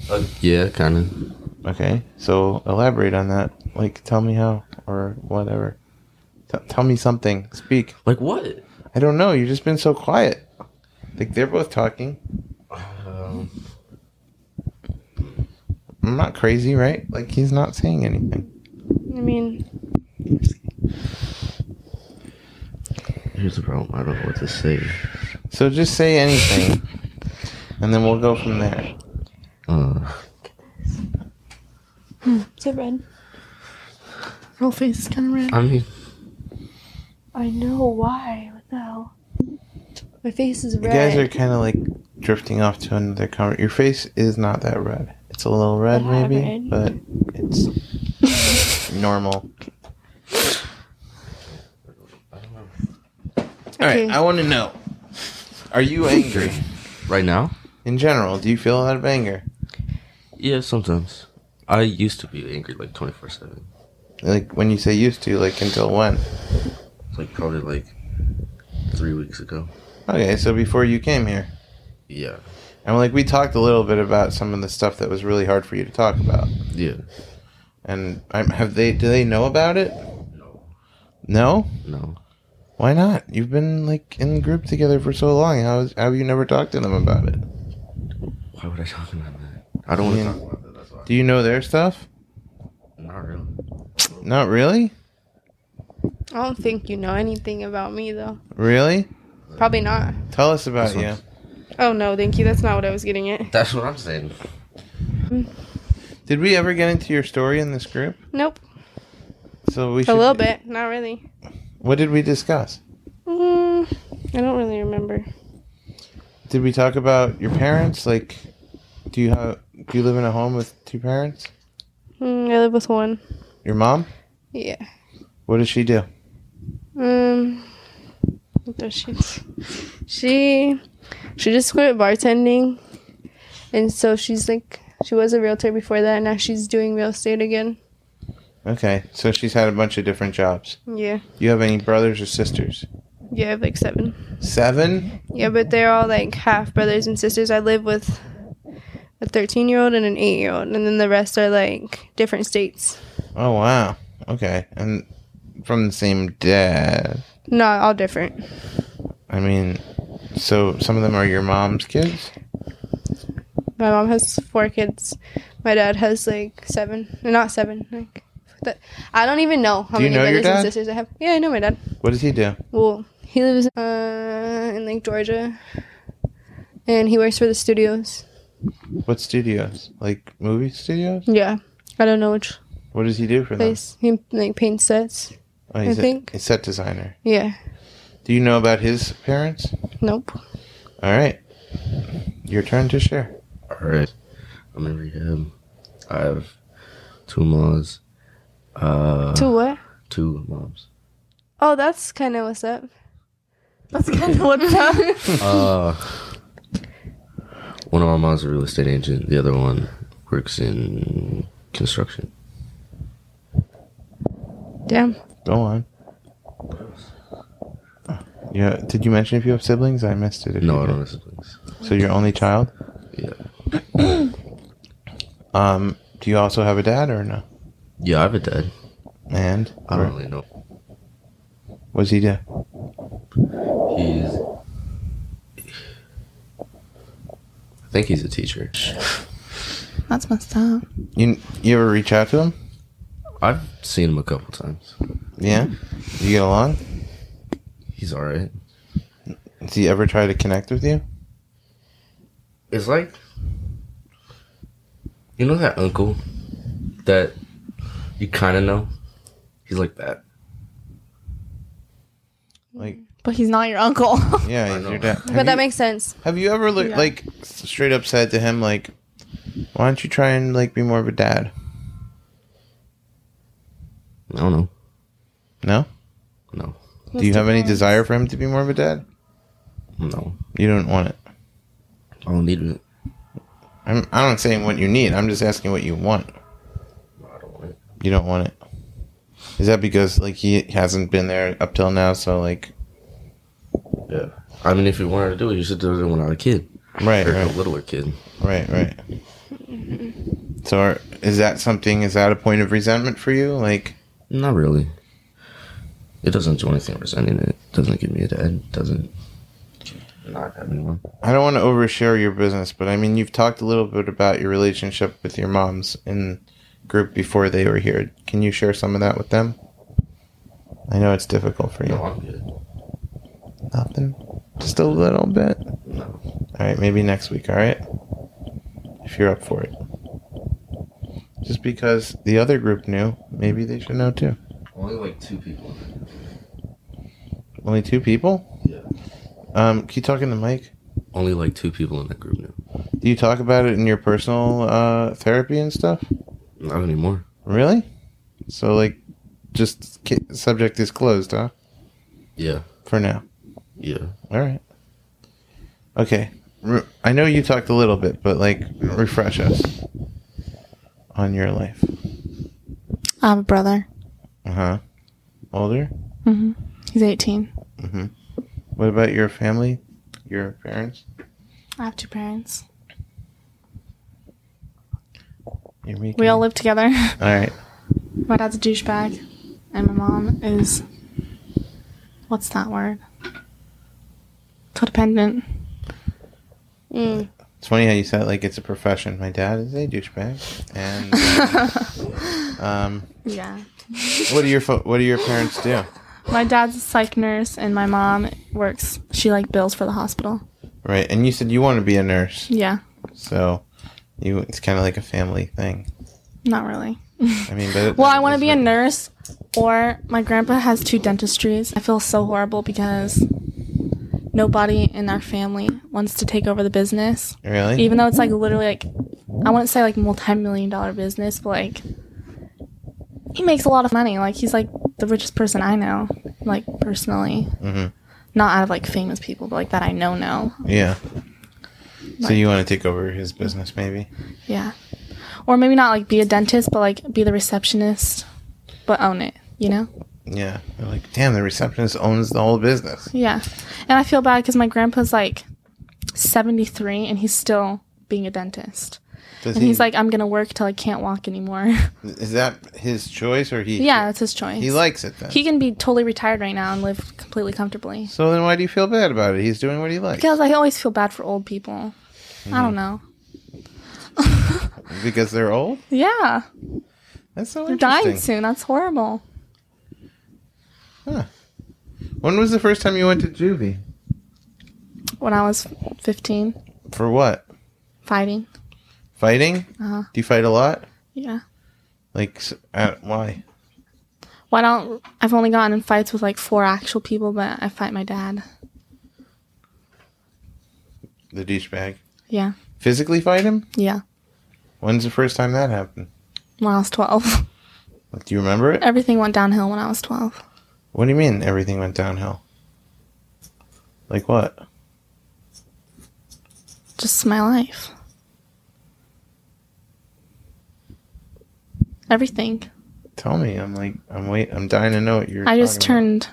Speaker 5: Uh, yeah, kind of.
Speaker 2: Okay, so elaborate on that. Like, tell me how or whatever. T- tell me something. Speak.
Speaker 5: Like what?
Speaker 2: I don't know. You've just been so quiet. Like they're both talking.
Speaker 5: Um,
Speaker 2: I'm not crazy, right? Like he's not saying anything.
Speaker 4: I mean,
Speaker 5: here's the problem. I don't know what to say.
Speaker 2: So just say anything, and then we'll go from there.
Speaker 5: Uh,
Speaker 3: Hmm,
Speaker 4: is it red?
Speaker 3: Her whole face is kind of red.
Speaker 5: I mean,
Speaker 4: I know why. What the hell? My face is
Speaker 2: You guys are kind of like drifting off to another conversation. Your face is not that red. It's a little red,
Speaker 4: Not
Speaker 2: maybe,
Speaker 4: red.
Speaker 2: but it's normal. All right,
Speaker 4: Okay.
Speaker 2: I want to know: Are you angry
Speaker 5: right now.
Speaker 2: in general? Do you feel a lot of anger?
Speaker 5: Yeah, sometimes. I used to be angry like twenty four seven.
Speaker 2: Like when you say used to, like until when?
Speaker 5: Like probably like three weeks ago.
Speaker 2: Okay, so before you came here,
Speaker 5: Yeah,
Speaker 2: and like we talked a little bit about some of the stuff that was really hard for you to talk about.
Speaker 5: yeah.
Speaker 2: And I'm, have they? Do they know about it?
Speaker 5: No,
Speaker 2: No.
Speaker 5: no.
Speaker 2: Why not? You've been like in the group together for so long. How, is, how have you never talked to them about it?
Speaker 5: Why would I talk about that? I don't want to
Speaker 2: Yeah.
Speaker 5: talk about that. That's why.
Speaker 2: Do you know their stuff?
Speaker 5: Not really.
Speaker 2: Not really.
Speaker 4: I don't think you know anything about me though.
Speaker 2: Really?
Speaker 4: Probably not.
Speaker 2: Tell us about
Speaker 5: This
Speaker 2: you.
Speaker 5: one's-
Speaker 4: Oh no, thank you. That's not what I was getting at.
Speaker 5: That's what I'm saying.
Speaker 2: Did we ever get into your story in this group?
Speaker 4: Nope.
Speaker 2: So we should,
Speaker 4: A little bit. Not really.
Speaker 2: What did we discuss?
Speaker 4: Mm, I don't really remember.
Speaker 2: Did we talk about your parents? Like, do you have? Do you live in a home with two parents?
Speaker 4: Mm, I live with one.
Speaker 2: Your mom?
Speaker 4: Yeah.
Speaker 2: What does she do?
Speaker 4: Um. what does She, she, she just quit bartending, and so she's like, she was a realtor before that, and now she's doing real estate again.
Speaker 2: Okay, so she's had a bunch of different jobs.
Speaker 4: Yeah.
Speaker 2: You have any brothers or sisters?
Speaker 4: Yeah, I have like seven.
Speaker 2: Seven.
Speaker 4: Yeah, but they're all like half brothers and sisters. I live with a 13 year old and an 8 year old, and then the rest are like different states.
Speaker 2: Oh wow. Okay, and from the same dad.
Speaker 4: No, all different.
Speaker 2: I mean, so some of them are your mom's kids.
Speaker 4: My mom has four kids. My dad has like seven. No, Not seven. Like, th- I don't even know how
Speaker 2: Do you
Speaker 4: many
Speaker 2: know your
Speaker 4: brothers and
Speaker 2: dad?
Speaker 4: sisters I have. Yeah, I know my dad.
Speaker 2: What does he do?
Speaker 4: Well, he lives uh, in like Georgia, and he works for the studios.
Speaker 2: What studios? Like movie studios?
Speaker 4: Yeah, I don't know which
Speaker 2: What does he do for them?
Speaker 4: place. He like paints sets.
Speaker 2: Oh, he's
Speaker 4: I
Speaker 2: a-
Speaker 4: think.
Speaker 2: he's set designer.
Speaker 4: Yeah.
Speaker 2: Do you know about his parents?
Speaker 4: Nope.
Speaker 2: All right, your turn to share.
Speaker 5: All right. I'm in rehab. I have two moms. Uh,
Speaker 4: to what?
Speaker 5: two moms.
Speaker 4: Oh, that's kind of what's up.
Speaker 3: That's kind of what's up.
Speaker 5: Uh, one of my mom's a real estate agent. The other one works in construction.
Speaker 4: Damn.
Speaker 2: Go on. Yeah. Did you mention if you have siblings? I missed it. if
Speaker 5: No,
Speaker 2: you
Speaker 5: I
Speaker 2: did.
Speaker 5: don't have siblings.
Speaker 2: So you're only child.
Speaker 5: Yeah.
Speaker 2: Um. Do you also have a dad or no?
Speaker 5: Yeah, I have a dad.
Speaker 2: And
Speaker 5: I don't really know.
Speaker 2: was he dead?
Speaker 5: He's. I think he's a teacher.
Speaker 1: That's messed up.
Speaker 2: You you ever reach out to him?
Speaker 5: I've seen him a couple times.
Speaker 2: Yeah.
Speaker 5: Mm-hmm.
Speaker 2: You get along?
Speaker 5: He's alright.
Speaker 2: Does he ever try to connect with you?
Speaker 5: It's like. You know that uncle that you kind of know? He's like that.
Speaker 2: Like,
Speaker 3: But he's not your uncle.
Speaker 2: yeah,
Speaker 5: I
Speaker 2: he's
Speaker 5: know.
Speaker 2: your dad. Have,
Speaker 4: But
Speaker 2: you,
Speaker 4: that makes sense.
Speaker 2: have you ever li-
Speaker 3: Yeah.
Speaker 2: like s- straight up said to him like, "Why don't you try and like be more of a dad?"
Speaker 5: I don't know.
Speaker 2: No.
Speaker 5: No.
Speaker 2: Do you have any desire for him to be more of a dad?
Speaker 5: No.
Speaker 2: You don't want it.
Speaker 5: I don't need it.
Speaker 2: I'm I don't saying what you need. I'm just asking what you want.
Speaker 5: I don't want it.
Speaker 2: You don't want it. Is that because like he hasn't been there up till now? So like,
Speaker 5: Yeah. I mean, if you wanted to do it, you should do it when I was a kid.
Speaker 2: right,
Speaker 5: Or a
Speaker 2: right,
Speaker 5: littler kid.
Speaker 2: right, right. So are, is that something? Is that a point of resentment for you? Like,
Speaker 5: Not really. It doesn't do anything resenting it. Doesn't give me a dad. Doesn't not have anyone.
Speaker 2: I don't want to overshare your business, but I mean, you've talked a little bit about your relationship with your moms in group before they were here. Can you share some of that with them? I know it's difficult for you.
Speaker 5: I'm good.
Speaker 2: Nothing. Just a little bit.
Speaker 5: No.
Speaker 2: All right, maybe next week. All right, if you're up for it. Just because the other group knew, maybe they should know too.
Speaker 5: Only like two people.
Speaker 2: Only two people.
Speaker 5: Yeah.
Speaker 2: Um, keep talking to Mike.
Speaker 5: Only like two people in that group now.
Speaker 2: Do you talk about it in your personal uh, therapy and stuff?
Speaker 5: Not anymore.
Speaker 2: Really? So like, just ki- subject is closed, huh?
Speaker 5: Yeah.
Speaker 2: For now.
Speaker 5: Yeah.
Speaker 2: All right. Okay. Re- I know you talked a little bit, but like, refresh us on your life.
Speaker 3: I have a brother.
Speaker 2: Uh huh. Older.
Speaker 3: Mm-hmm. He's 18.
Speaker 2: Mm-hmm. What about your family? Your parents?
Speaker 3: I have two parents.
Speaker 2: Your making...
Speaker 3: We all live together.
Speaker 2: All right.
Speaker 3: my dad's a douchebag, and my mom is. What's that word? Codependent.
Speaker 4: Mm.
Speaker 2: It's funny how you said it like it's a profession. My dad is a douchebag, and um,
Speaker 3: Yeah.
Speaker 2: what do your fo- what do your parents do?
Speaker 3: My dad's a psych nurse, and my mom works. She like bills for the hospital.
Speaker 2: Right, and you said you want to be a nurse,
Speaker 3: Yeah.
Speaker 2: so you it's kind of like a family thing.
Speaker 3: Not really.
Speaker 2: I mean, but
Speaker 3: Well, I want to be a nurse, or my grandpa has two dentistries. I feel so horrible because nobody in our family wants to take over the business,
Speaker 2: Really?
Speaker 3: even though it's like literally like I wouldn't say like multi-million dollar business, but like he makes a lot of money. Like he's like the richest person I know, like personally,
Speaker 2: Mhm.
Speaker 3: not out of like famous people, but like that I know know.
Speaker 2: yeah. So you want to take over his business, maybe?
Speaker 3: Yeah, or maybe not like be a dentist, but like be the receptionist, but own it. You know.
Speaker 2: Yeah. They're like, damn, the receptionist owns the whole business.
Speaker 3: Yeah. And I feel bad because my grandpa's like 73 and he's still being a dentist.
Speaker 2: Does
Speaker 3: And he's like, I'm going to work till I can't walk anymore.
Speaker 2: is that his choice or he?
Speaker 3: yeah, that's his choice.
Speaker 2: He likes it then.
Speaker 3: He can be totally retired right now and live completely comfortably.
Speaker 2: So then why do you feel bad about it? He's doing what he likes.
Speaker 3: Because I always feel bad for old people. I don't know.
Speaker 2: Because they're old?
Speaker 3: Yeah.
Speaker 2: That's so
Speaker 3: They're dying
Speaker 2: interesting.
Speaker 3: soon. That's horrible.
Speaker 2: When was the first time you went to juvie?
Speaker 3: When I was 15,
Speaker 2: For what?
Speaker 3: fighting.
Speaker 2: Fighting?
Speaker 3: Uh-huh.
Speaker 2: Do you fight a lot?
Speaker 3: Yeah.
Speaker 2: Like, s- uh, why?
Speaker 3: Why don't I've only gotten in fights with like four actual people, but I fight my dad.
Speaker 2: The douchebag.
Speaker 3: Yeah.
Speaker 2: Physically fight him?
Speaker 3: Yeah.
Speaker 2: When's the first time that happened?
Speaker 3: When I was 12.
Speaker 2: Like, do you remember it?
Speaker 3: Everything went downhill when I was 12.
Speaker 2: What do you mean everything went downhill? Like what?
Speaker 3: just my life. Everything.
Speaker 2: Tell me. I'm like, I'm wait, I'm dying to know what you're.
Speaker 3: I just
Speaker 2: talking
Speaker 3: turned,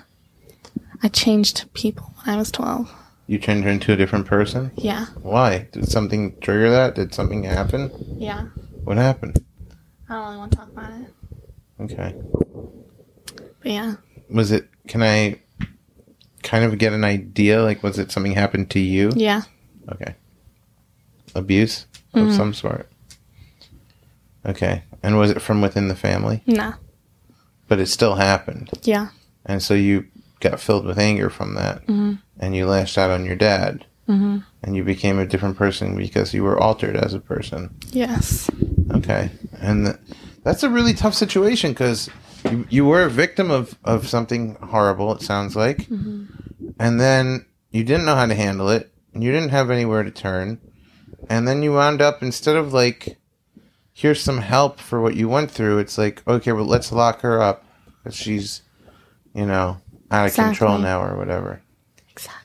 Speaker 3: I changed people when I was 12.
Speaker 2: You turned her into a different person?
Speaker 3: Yeah.
Speaker 2: Why? Did something trigger that? Did something happen?
Speaker 3: Yeah.
Speaker 2: What happened?
Speaker 3: I don't really want to talk about it.
Speaker 2: Okay.
Speaker 3: But yeah.
Speaker 2: Was it, can I kind of get an idea? Like, was it something happened to you?
Speaker 3: Yeah.
Speaker 2: Okay. Abuse of some sort. Okay. And was it from within the family?
Speaker 3: Nah.
Speaker 2: But it still happened.
Speaker 3: Yeah.
Speaker 2: And so you got filled with anger from that. And you lashed out on your dad.
Speaker 3: Mhm.
Speaker 2: And you became a different person because you were altered as a person.
Speaker 3: Yes.
Speaker 2: Okay. And th- that's a really tough situation because you, you were a victim of, of something horrible, it sounds like. And then you didn't know how to handle it. And you didn't have anywhere to turn. And then you wound up, instead of like, here's some help for what you went through, it's like, okay, well, let's lock her up because she's, you know, out of control
Speaker 3: Exactly.
Speaker 2: now or whatever.
Speaker 3: Exactly.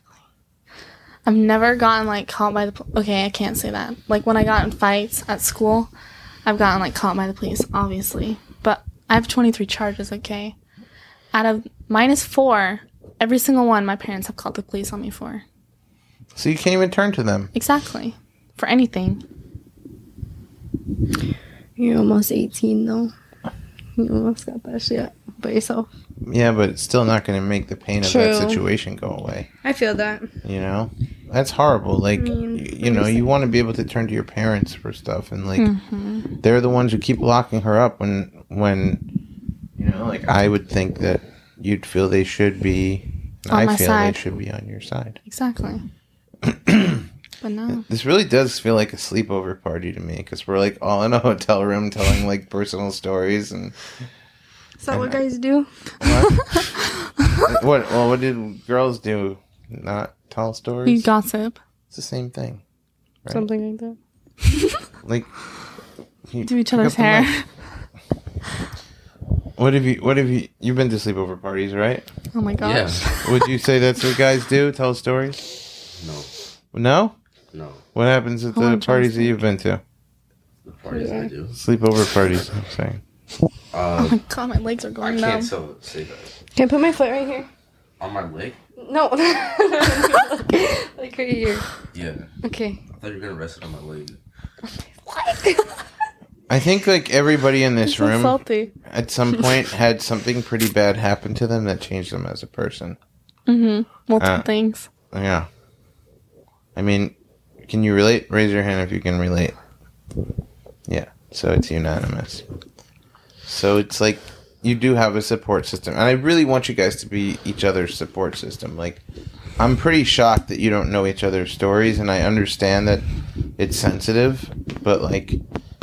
Speaker 3: I've never gotten like caught by the pol- okay. I can't say that. Like when I got in fights at school, I've gotten like caught by the police, obviously. But I have 23 charges. Okay, out of minus four, every single one my parents have called the police on me for.
Speaker 2: So you can't even turn to them.
Speaker 3: Exactly for anything.
Speaker 4: You're almost 18 though. You almost got that shit by yourself.
Speaker 2: Yeah, but it's still not going to make the pain of that
Speaker 4: True.
Speaker 2: situation go away.
Speaker 4: I feel that.
Speaker 2: you know that's horrible like
Speaker 4: mean,
Speaker 2: y- you know you want to be able to turn to your parents for stuff and like
Speaker 3: Mm-hmm.
Speaker 2: they're the ones who keep locking her up when when you know like i would think that you'd feel they should be and
Speaker 3: On
Speaker 2: i
Speaker 3: my
Speaker 2: feel
Speaker 3: side.
Speaker 2: they should be on your side
Speaker 3: Exactly. but no.
Speaker 2: this really does feel like a sleepover party to me because we're like all in a hotel room telling like personal stories and
Speaker 4: Is that what guys do?
Speaker 2: what well what did girls do not tell
Speaker 3: We
Speaker 2: stories
Speaker 3: gossip.
Speaker 2: it's the same thing Right.
Speaker 4: Something like that.
Speaker 2: like you
Speaker 3: Do each
Speaker 2: pick up
Speaker 3: other's
Speaker 2: the
Speaker 3: hair.
Speaker 2: mic. What have you? What have you? You've been to sleepover parties, right?
Speaker 3: Oh my gosh.
Speaker 5: Yeah.
Speaker 2: Would you say that's what guys do? Tell stories?
Speaker 5: No.
Speaker 2: No.
Speaker 5: No.
Speaker 2: What happens at the
Speaker 3: on,
Speaker 2: parties that you've been to?
Speaker 5: The parties I do.
Speaker 2: Sleepover parties. I'm saying.
Speaker 3: Oh my god, my legs are
Speaker 5: I
Speaker 3: going numb.
Speaker 5: can't tell, say that.
Speaker 4: Can I put my foot right here?
Speaker 5: On my leg?
Speaker 4: No. like right here.
Speaker 5: Yeah.
Speaker 4: Okay.
Speaker 5: I thought you were gonna rest it on my leg.
Speaker 2: I think like everybody in this
Speaker 3: So
Speaker 2: room
Speaker 3: salty.
Speaker 2: at some point had something pretty bad happen to them that changed them as a person.
Speaker 3: Multiple
Speaker 2: Uh,
Speaker 3: things.
Speaker 2: Yeah. I mean, can you relate? Raise your hand if you can relate. Yeah. So it's unanimous. So it's like you do have a support system. And I really want you guys to be each other's support system. Like I'm pretty shocked that you don't know each other's stories and I understand that it's sensitive, but like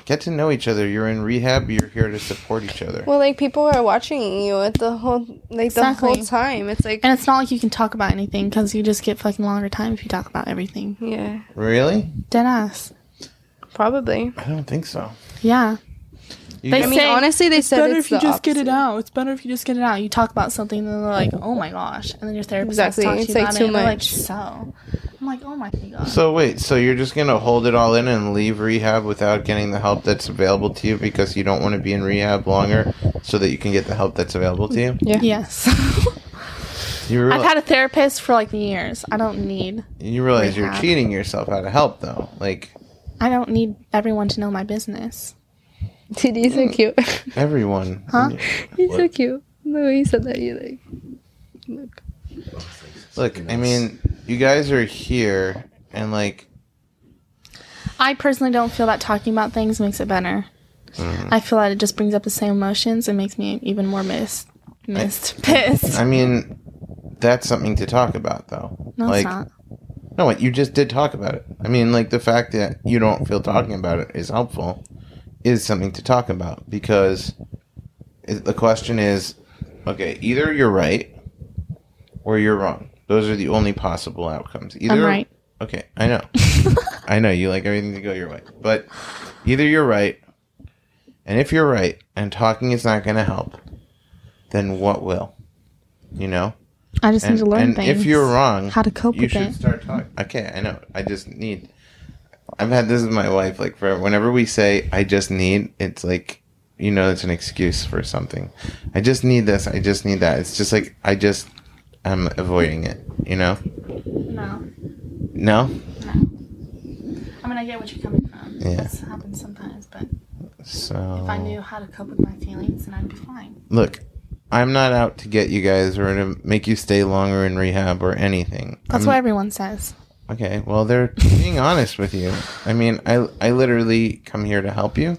Speaker 2: get to know each other. You're in rehab, you're here to support each other.
Speaker 4: Well, like people are watching you at the whole like the
Speaker 3: Exactly.
Speaker 4: whole time. It's like
Speaker 3: And it's not like you can talk about anything because you just get fucking longer time if you talk about everything.
Speaker 4: yeah,
Speaker 2: Really?
Speaker 3: Dead ass.
Speaker 4: probably.
Speaker 2: I don't think so.
Speaker 3: Yeah.
Speaker 2: You
Speaker 3: They
Speaker 4: I
Speaker 2: guys-
Speaker 4: mean,
Speaker 3: say,
Speaker 4: honestly, they said it's the opposite.
Speaker 3: out. It's better if you just get it out. You talk about something, and they're like, "Oh my gosh," and then your therapist
Speaker 4: Exactly.
Speaker 3: talks to you
Speaker 4: It's, like,
Speaker 3: about
Speaker 4: too
Speaker 3: it, and they're
Speaker 4: much.
Speaker 3: like, so, I'm like, "Oh my gosh."
Speaker 2: So wait, so you're just gonna hold it all in and leave rehab without getting the help that's available to you because you don't want to be in rehab longer, so that you can get the help that's available to you.
Speaker 4: Yeah.
Speaker 3: Yes.
Speaker 2: You realize,
Speaker 3: I've had a therapist for like years. I don't need.
Speaker 2: you realize you're
Speaker 3: rehab.
Speaker 2: cheating yourself out of help though. Like
Speaker 3: I don't need everyone to know my business.
Speaker 4: He's so cute.
Speaker 2: everyone,
Speaker 3: Huh?
Speaker 4: He's so
Speaker 5: What?
Speaker 4: cute. The way he said that, you like. Look.
Speaker 2: Look, I mean, you guys are here, and like,
Speaker 3: I personally don't feel that talking about things makes it better.
Speaker 4: Mm-hmm.
Speaker 3: I feel that it just brings up the same emotions and makes me even more missed, missed, pissed.
Speaker 2: I mean, that's something to talk about though.
Speaker 3: no,
Speaker 2: like,
Speaker 3: it's not.
Speaker 2: No, what you just did talk about it. I mean, like the fact that you don't feel talking about it is helpful is something to talk about because it, the question is, okay, either you're right or you're wrong. Those are the only possible outcomes. Either
Speaker 3: right.
Speaker 2: Okay, I know. I know you like everything to go your way, but either you're right, and if you're right, and talking is not going to help, then what will? You know
Speaker 3: I just
Speaker 2: and,
Speaker 3: need to learn
Speaker 2: and
Speaker 3: things.
Speaker 2: if you're wrong,
Speaker 3: How to cope
Speaker 2: you
Speaker 3: with
Speaker 2: should
Speaker 3: it.
Speaker 2: start talking. Okay, I know. I just need. I've had this with my wife. Like for whenever we say "I just need," it's like you know it's an excuse for something. I just need this. I just need that. It's just like I just I'm avoiding it. You know?
Speaker 3: No.
Speaker 2: No,
Speaker 3: I mean, I get what you're coming from.
Speaker 2: Yeah.
Speaker 3: That's happens sometimes, but
Speaker 2: so
Speaker 3: if I knew how to cope with my feelings, then I'd be fine.
Speaker 2: look, I'm not out to get you guys or to make you stay longer in rehab or anything.
Speaker 3: That's
Speaker 2: I'm-
Speaker 3: what everyone says.
Speaker 2: Okay, well, they're being honest with you. I mean, I I literally come here to help you,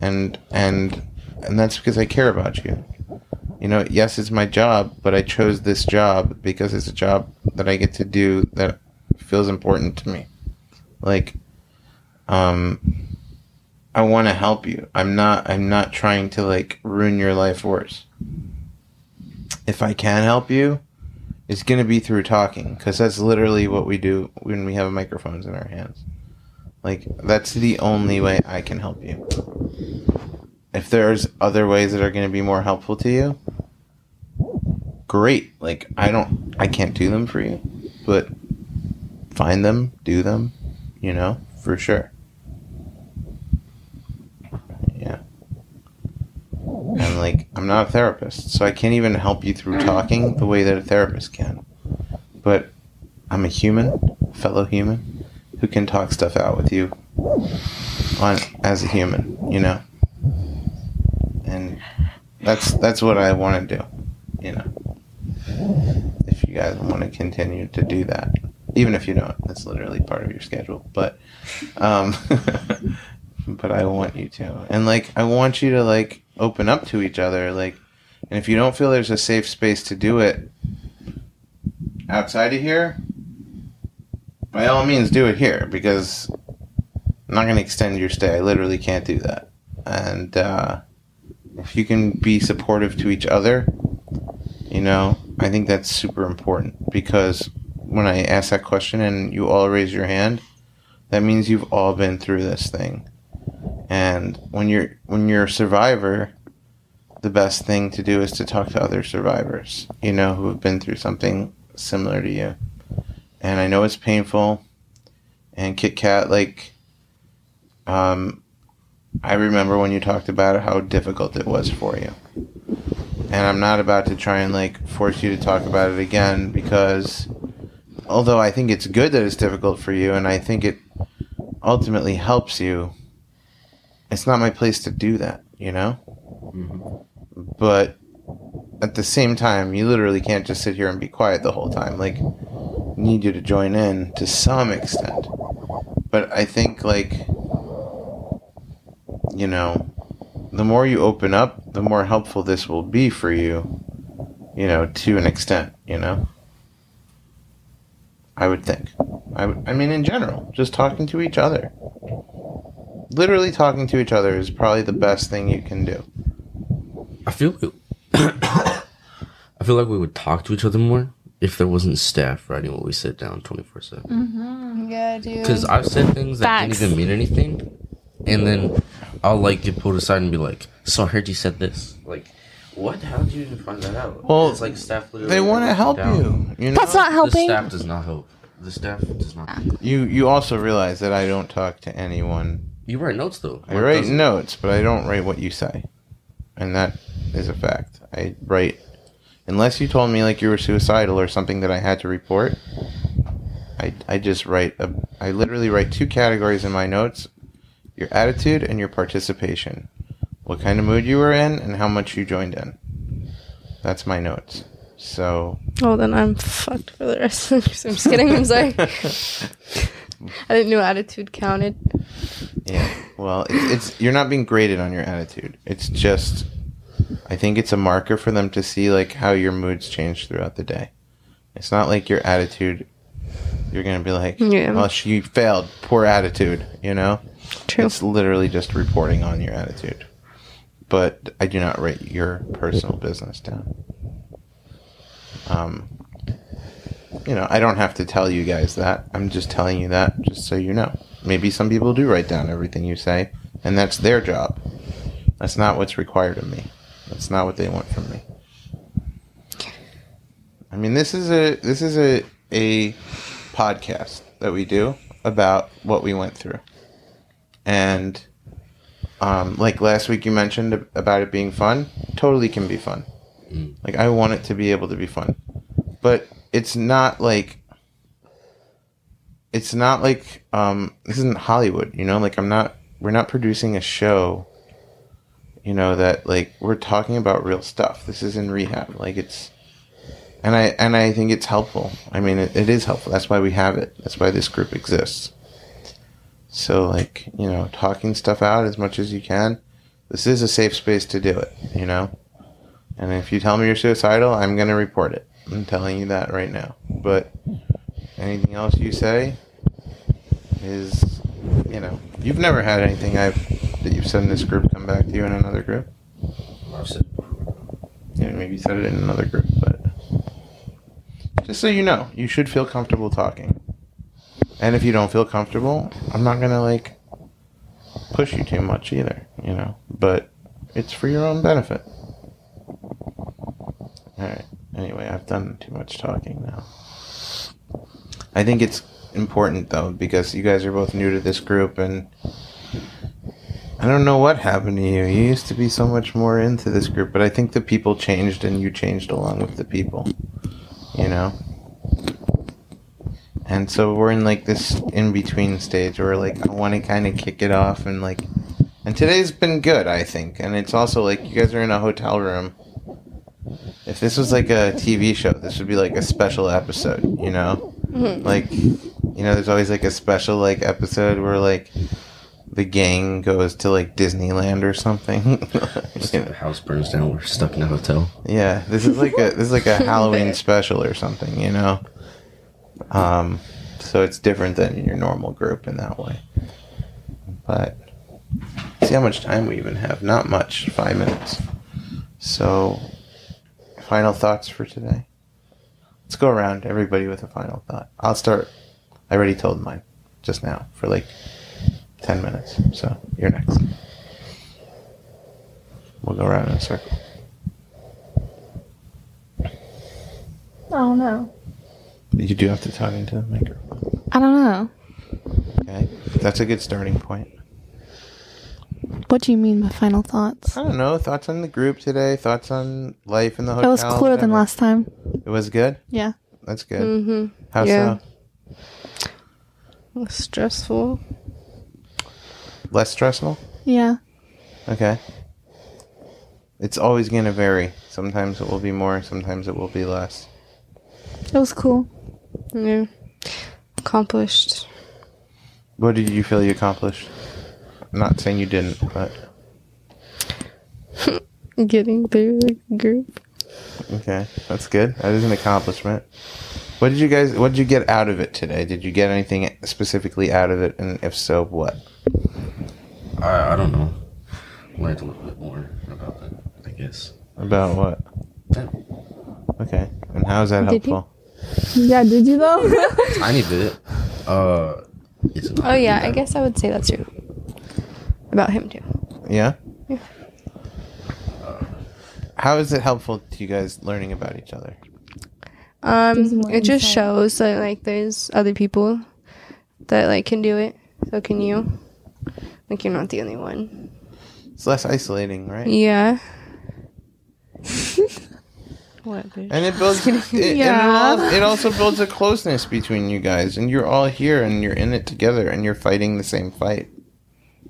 Speaker 2: and and and that's because I care about you. You know, yes, it's my job, but I chose this job because it's a job that I get to do that feels important to me. Like, um, I want to help you. I'm not. I'm not trying to like ruin your life worse. If I can help you, it's going to be through talking because that's literally what we do when we have microphones in our hands. Like, that's the only way I can help you. If there's other ways that are going to be more helpful to you, great. Like, I don't, I can't do them for you, but find them, do them, you know, for sure. Yeah. And like, I'm not a therapist, so I can't even help you through talking the way that a therapist can. But I'm a human, fellow human, who can talk stuff out with you on as a human, you know. And that's that's what I want to do, you know. If you guys want to continue to do that, even if you don't, that's literally part of your schedule. But, um, but I want you to, and like I want you to like open up to each other, like. And if you don't feel there's a safe space to do it outside of here, by all means do it here because I'm not going to extend your stay. I literally can't do that. And uh, if you can be supportive to each other, you know, I think that's super important because when I ask that question and you all raise your hand, that means you've all been through this thing. And when you're when you're a survivor, the best thing to do is to talk to other survivors, you know, who have been through something similar to you. And I know it's painful. And Kit Kat, like, um, I remember when you talked about how difficult it was for you. And I'm not about to try and, like, force you to talk about it again because although I think it's good that it's difficult for you and I think it ultimately helps you, it's not my place to do that, you know? but at the same time, you literally can't just sit here and be quiet the whole time. Like, need you to join in to some extent. But I think, like, you know, the more you open up, the more helpful this will be for you, you know, to an extent, you know? I would think. I, would, I mean, in general, just talking to each other. Literally talking to each other is probably the best thing you can do.
Speaker 5: I feel like I feel like we would talk to each other more if there wasn't staff writing what we said down twenty four seven.
Speaker 4: Yeah, dude.
Speaker 5: Because I've said things that
Speaker 3: Facts.
Speaker 5: didn't even mean anything, and then I'll like get pulled aside and be like, "So I heard you said this." Like, what? How did you even find that out?
Speaker 2: Well,
Speaker 5: it's like staff. Literally
Speaker 2: They want to
Speaker 5: wrote
Speaker 2: help
Speaker 5: down.
Speaker 2: you. You know,
Speaker 3: That's not
Speaker 5: The
Speaker 3: helping.
Speaker 5: staff does not help. The staff does not.
Speaker 2: you you also realize that I don't talk to anyone.
Speaker 5: You write notes though.
Speaker 2: I
Speaker 5: Mark
Speaker 2: write
Speaker 5: doesn't.
Speaker 2: notes, but I don't write what you say, and that is a fact. I write unless you told me like you were suicidal or something that I had to report. I I just write a, I literally write two categories in my notes: your attitude and your participation. What kind of mood you were in and how much you joined in. That's my notes. So
Speaker 4: Oh, then I'm fucked for the rest of the I'm just kidding. I'm sorry. I didn't know attitude counted.
Speaker 2: Yeah. Well, it's, it's you're not being graded on your attitude. It's just, I think it's a marker for them to see like how your moods change throughout the day. It's not like your attitude. You're gonna be like,
Speaker 4: Yeah.
Speaker 2: "Well, she failed. Poor attitude." You know.
Speaker 4: True.
Speaker 2: It's literally just reporting on your attitude. But I do not write your personal business down. Um, you know, I don't have to tell you guys that. I'm just telling you that just so you know. Maybe some people do write down everything you say, and that's their job. That's not what's required of me. That's not what they want from me. I mean, this is a this is a a podcast that we do about what we went through and um, like last week you mentioned ab- about it being fun totally can be fun like i want it to be able to be fun but it's not like it's not like um this isn't Hollywood, you know? Like I'm not we're not producing a show you know that like we're talking about real stuff. This is in rehab. Like it's and I and I think it's helpful. I mean it, it is helpful. That's why we have it. That's why this group exists. So like, you know, talking stuff out as much as you can. This is a safe space to do it, you know? And if you tell me you're suicidal, I'm going to report it. I'm telling you that right now. But anything else you say is, you know, you've never had anything I've that you've said in this group come back to you in another group.
Speaker 5: I've said before.
Speaker 2: Yeah, maybe you said it in another group, but just so you know, you should feel comfortable talking. And if you don't feel comfortable, I'm not gonna like push you too much either, you know. But it's for your own benefit. Alright. Anyway, I've done too much talking now. I think it's important though, because you guys are both new to this group and I don't know what happened to you. You used to be so much more into this group, but I think the people changed and you changed along with the people. You know? And so we're in like this in between stage where like I want to kind of kick it off and like. And today's been good, I think. And it's also like you guys are in a hotel room. If this was like a TV show, this would be like a special episode, you know? Like, you know, there's always like a special like episode where like the gang goes to like Disneyland or something.
Speaker 5: Just
Speaker 2: You know?
Speaker 5: the house burns down. We're stuck in a hotel.
Speaker 2: Yeah, this is like a this is like a Halloween special or something, you know. Um, so it's different than your normal group in that way. But see how much time we even have. Not much, five minutes. So, final thoughts for today. Let's go around everybody with a final thought. I'll start. I already told mine just now for like ten minutes. So you're next. We'll go around in a circle.
Speaker 3: I don't know.
Speaker 2: You do have to talk into the microphone.
Speaker 3: I don't know.
Speaker 2: Okay. That's a good starting point.
Speaker 3: What do you mean by final thoughts?
Speaker 2: I don't know. Thoughts on the group today? Thoughts on life in the
Speaker 3: That
Speaker 2: hotel?
Speaker 3: was cooler than
Speaker 2: whatever.
Speaker 3: last Mm, time.
Speaker 2: It was good?
Speaker 3: Yeah.
Speaker 2: That's good.
Speaker 4: Mm-hmm.
Speaker 2: How
Speaker 4: yeah.
Speaker 2: so?
Speaker 4: Stressful.
Speaker 2: Less stressful?
Speaker 3: Yeah.
Speaker 2: Okay. It's always going to vary. Sometimes it will be more, sometimes it will be less.
Speaker 3: It was cool.
Speaker 4: Yeah. Accomplished.
Speaker 2: What did you feel you accomplished? I'm not saying you didn't, but.
Speaker 4: Getting through the group.
Speaker 2: Okay, that's good. That is an accomplishment. What did you guys? What did you get out of it today? Did you get anything specifically out of it? And if so, what?
Speaker 5: I, I don't know. Learned a little bit more about that. I guess.
Speaker 2: About what? Okay, and how is that
Speaker 4: Did he?
Speaker 2: helpful?
Speaker 6: Yeah, did you though?
Speaker 5: I need it. Uh, it's
Speaker 4: Oh yeah, I guess I would say that's true. About him too.
Speaker 2: Yeah. Uh,
Speaker 4: Yeah.
Speaker 2: How is it helpful to you guys learning about each other?
Speaker 6: Gives you
Speaker 4: Um,
Speaker 6: more
Speaker 4: it just
Speaker 6: insight.
Speaker 4: shows that like there's other people that like can do it. So can you? Like you're not the only one.
Speaker 2: It's less isolating, right?
Speaker 4: Yeah. what? bitch?
Speaker 2: And it builds. It, and
Speaker 3: Yeah.
Speaker 2: it, al- it also builds a closeness between you guys, and you're all here, and you're in it together, and you're fighting the same fight.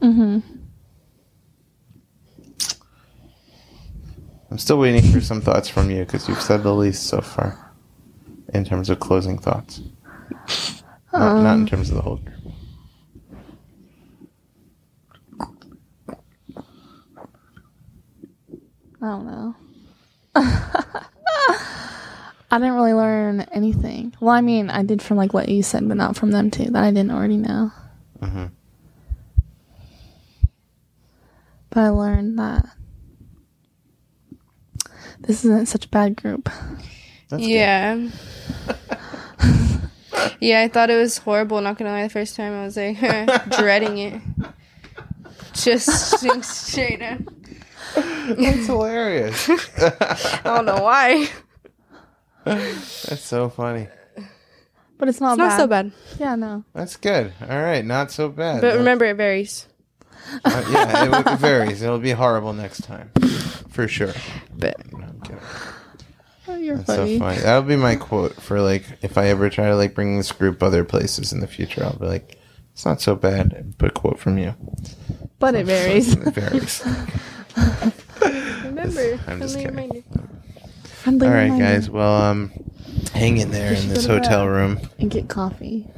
Speaker 3: Mm-hmm.
Speaker 2: I'm still waiting for some thoughts from you because you've said the least so far in terms of closing thoughts. Not,
Speaker 4: Um,
Speaker 2: not in terms of the whole group.
Speaker 3: I don't know. I didn't really learn anything. Well, I mean, I did from like what you said, but not from them too. That I didn't already know.
Speaker 2: Mhm.
Speaker 3: But I learned that this isn't such a bad group.
Speaker 2: That's good.
Speaker 4: Yeah. yeah, I thought it was horrible. Not gonna lie, the first time I was like dreading it. Just straight up.
Speaker 2: That's hilarious.
Speaker 4: I don't know why.
Speaker 2: That's so funny.
Speaker 3: But it's not,
Speaker 4: It's not so bad,
Speaker 3: Yeah, no.
Speaker 2: That's good. All right, not so bad.
Speaker 4: but remember it varies.
Speaker 2: Uh, yeah, it, w- it varies. It'll be horrible next time, for sure.
Speaker 4: But
Speaker 2: No, I'm kidding.
Speaker 3: Oh, you're
Speaker 2: That's so
Speaker 3: funny.
Speaker 2: funny. That would be my quote for like if I ever try to like bring this group other places in the future. I'll be like, it's not so bad. and Put a quote from you.
Speaker 6: But it varies.
Speaker 2: It varies.
Speaker 6: Remember,
Speaker 2: I'm just kidding.
Speaker 6: friendly
Speaker 2: All right,
Speaker 6: reminder.
Speaker 2: guys. Well, um, hang in there in this hotel room.
Speaker 3: And get coffee.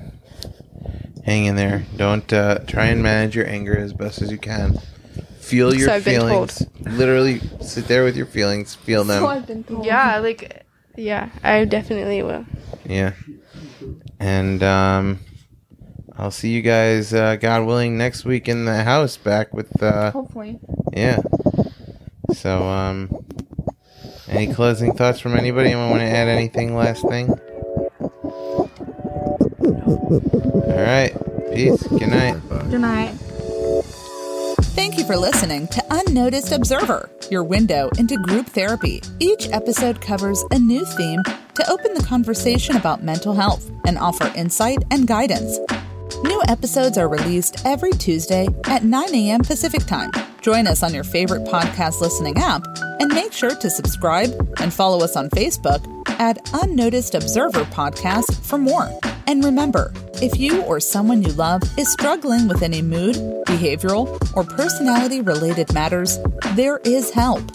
Speaker 2: Hang in there. Don't uh, try and manage your anger as best as you can. Feel your
Speaker 4: So I've been told.
Speaker 2: feelings. Literally sit there with your feelings. Feel them.
Speaker 3: Oh, I've been told.
Speaker 4: Yeah, like, yeah, I definitely will.
Speaker 2: Yeah. And um I'll see you guys uh God willing next week in the house back with uh
Speaker 3: Hopefully.
Speaker 2: yeah. So um any closing thoughts from anybody? Anyone want to add anything last thing? All right. Peace. Good night.
Speaker 3: Good night.
Speaker 1: Thank you for listening to Unnoticed Observer, your window into group therapy. Each episode covers a new theme to open the conversation about mental health and offer insight and guidance. New episodes are released every Tuesday at 9 a.m. Pacific Time. Join us on your favorite podcast listening app and make sure to subscribe and follow us on Facebook at Unnoticed Observer Podcast for more. And remember, if you or someone you love is struggling with any mood, behavioral, or personality related matters, there is help.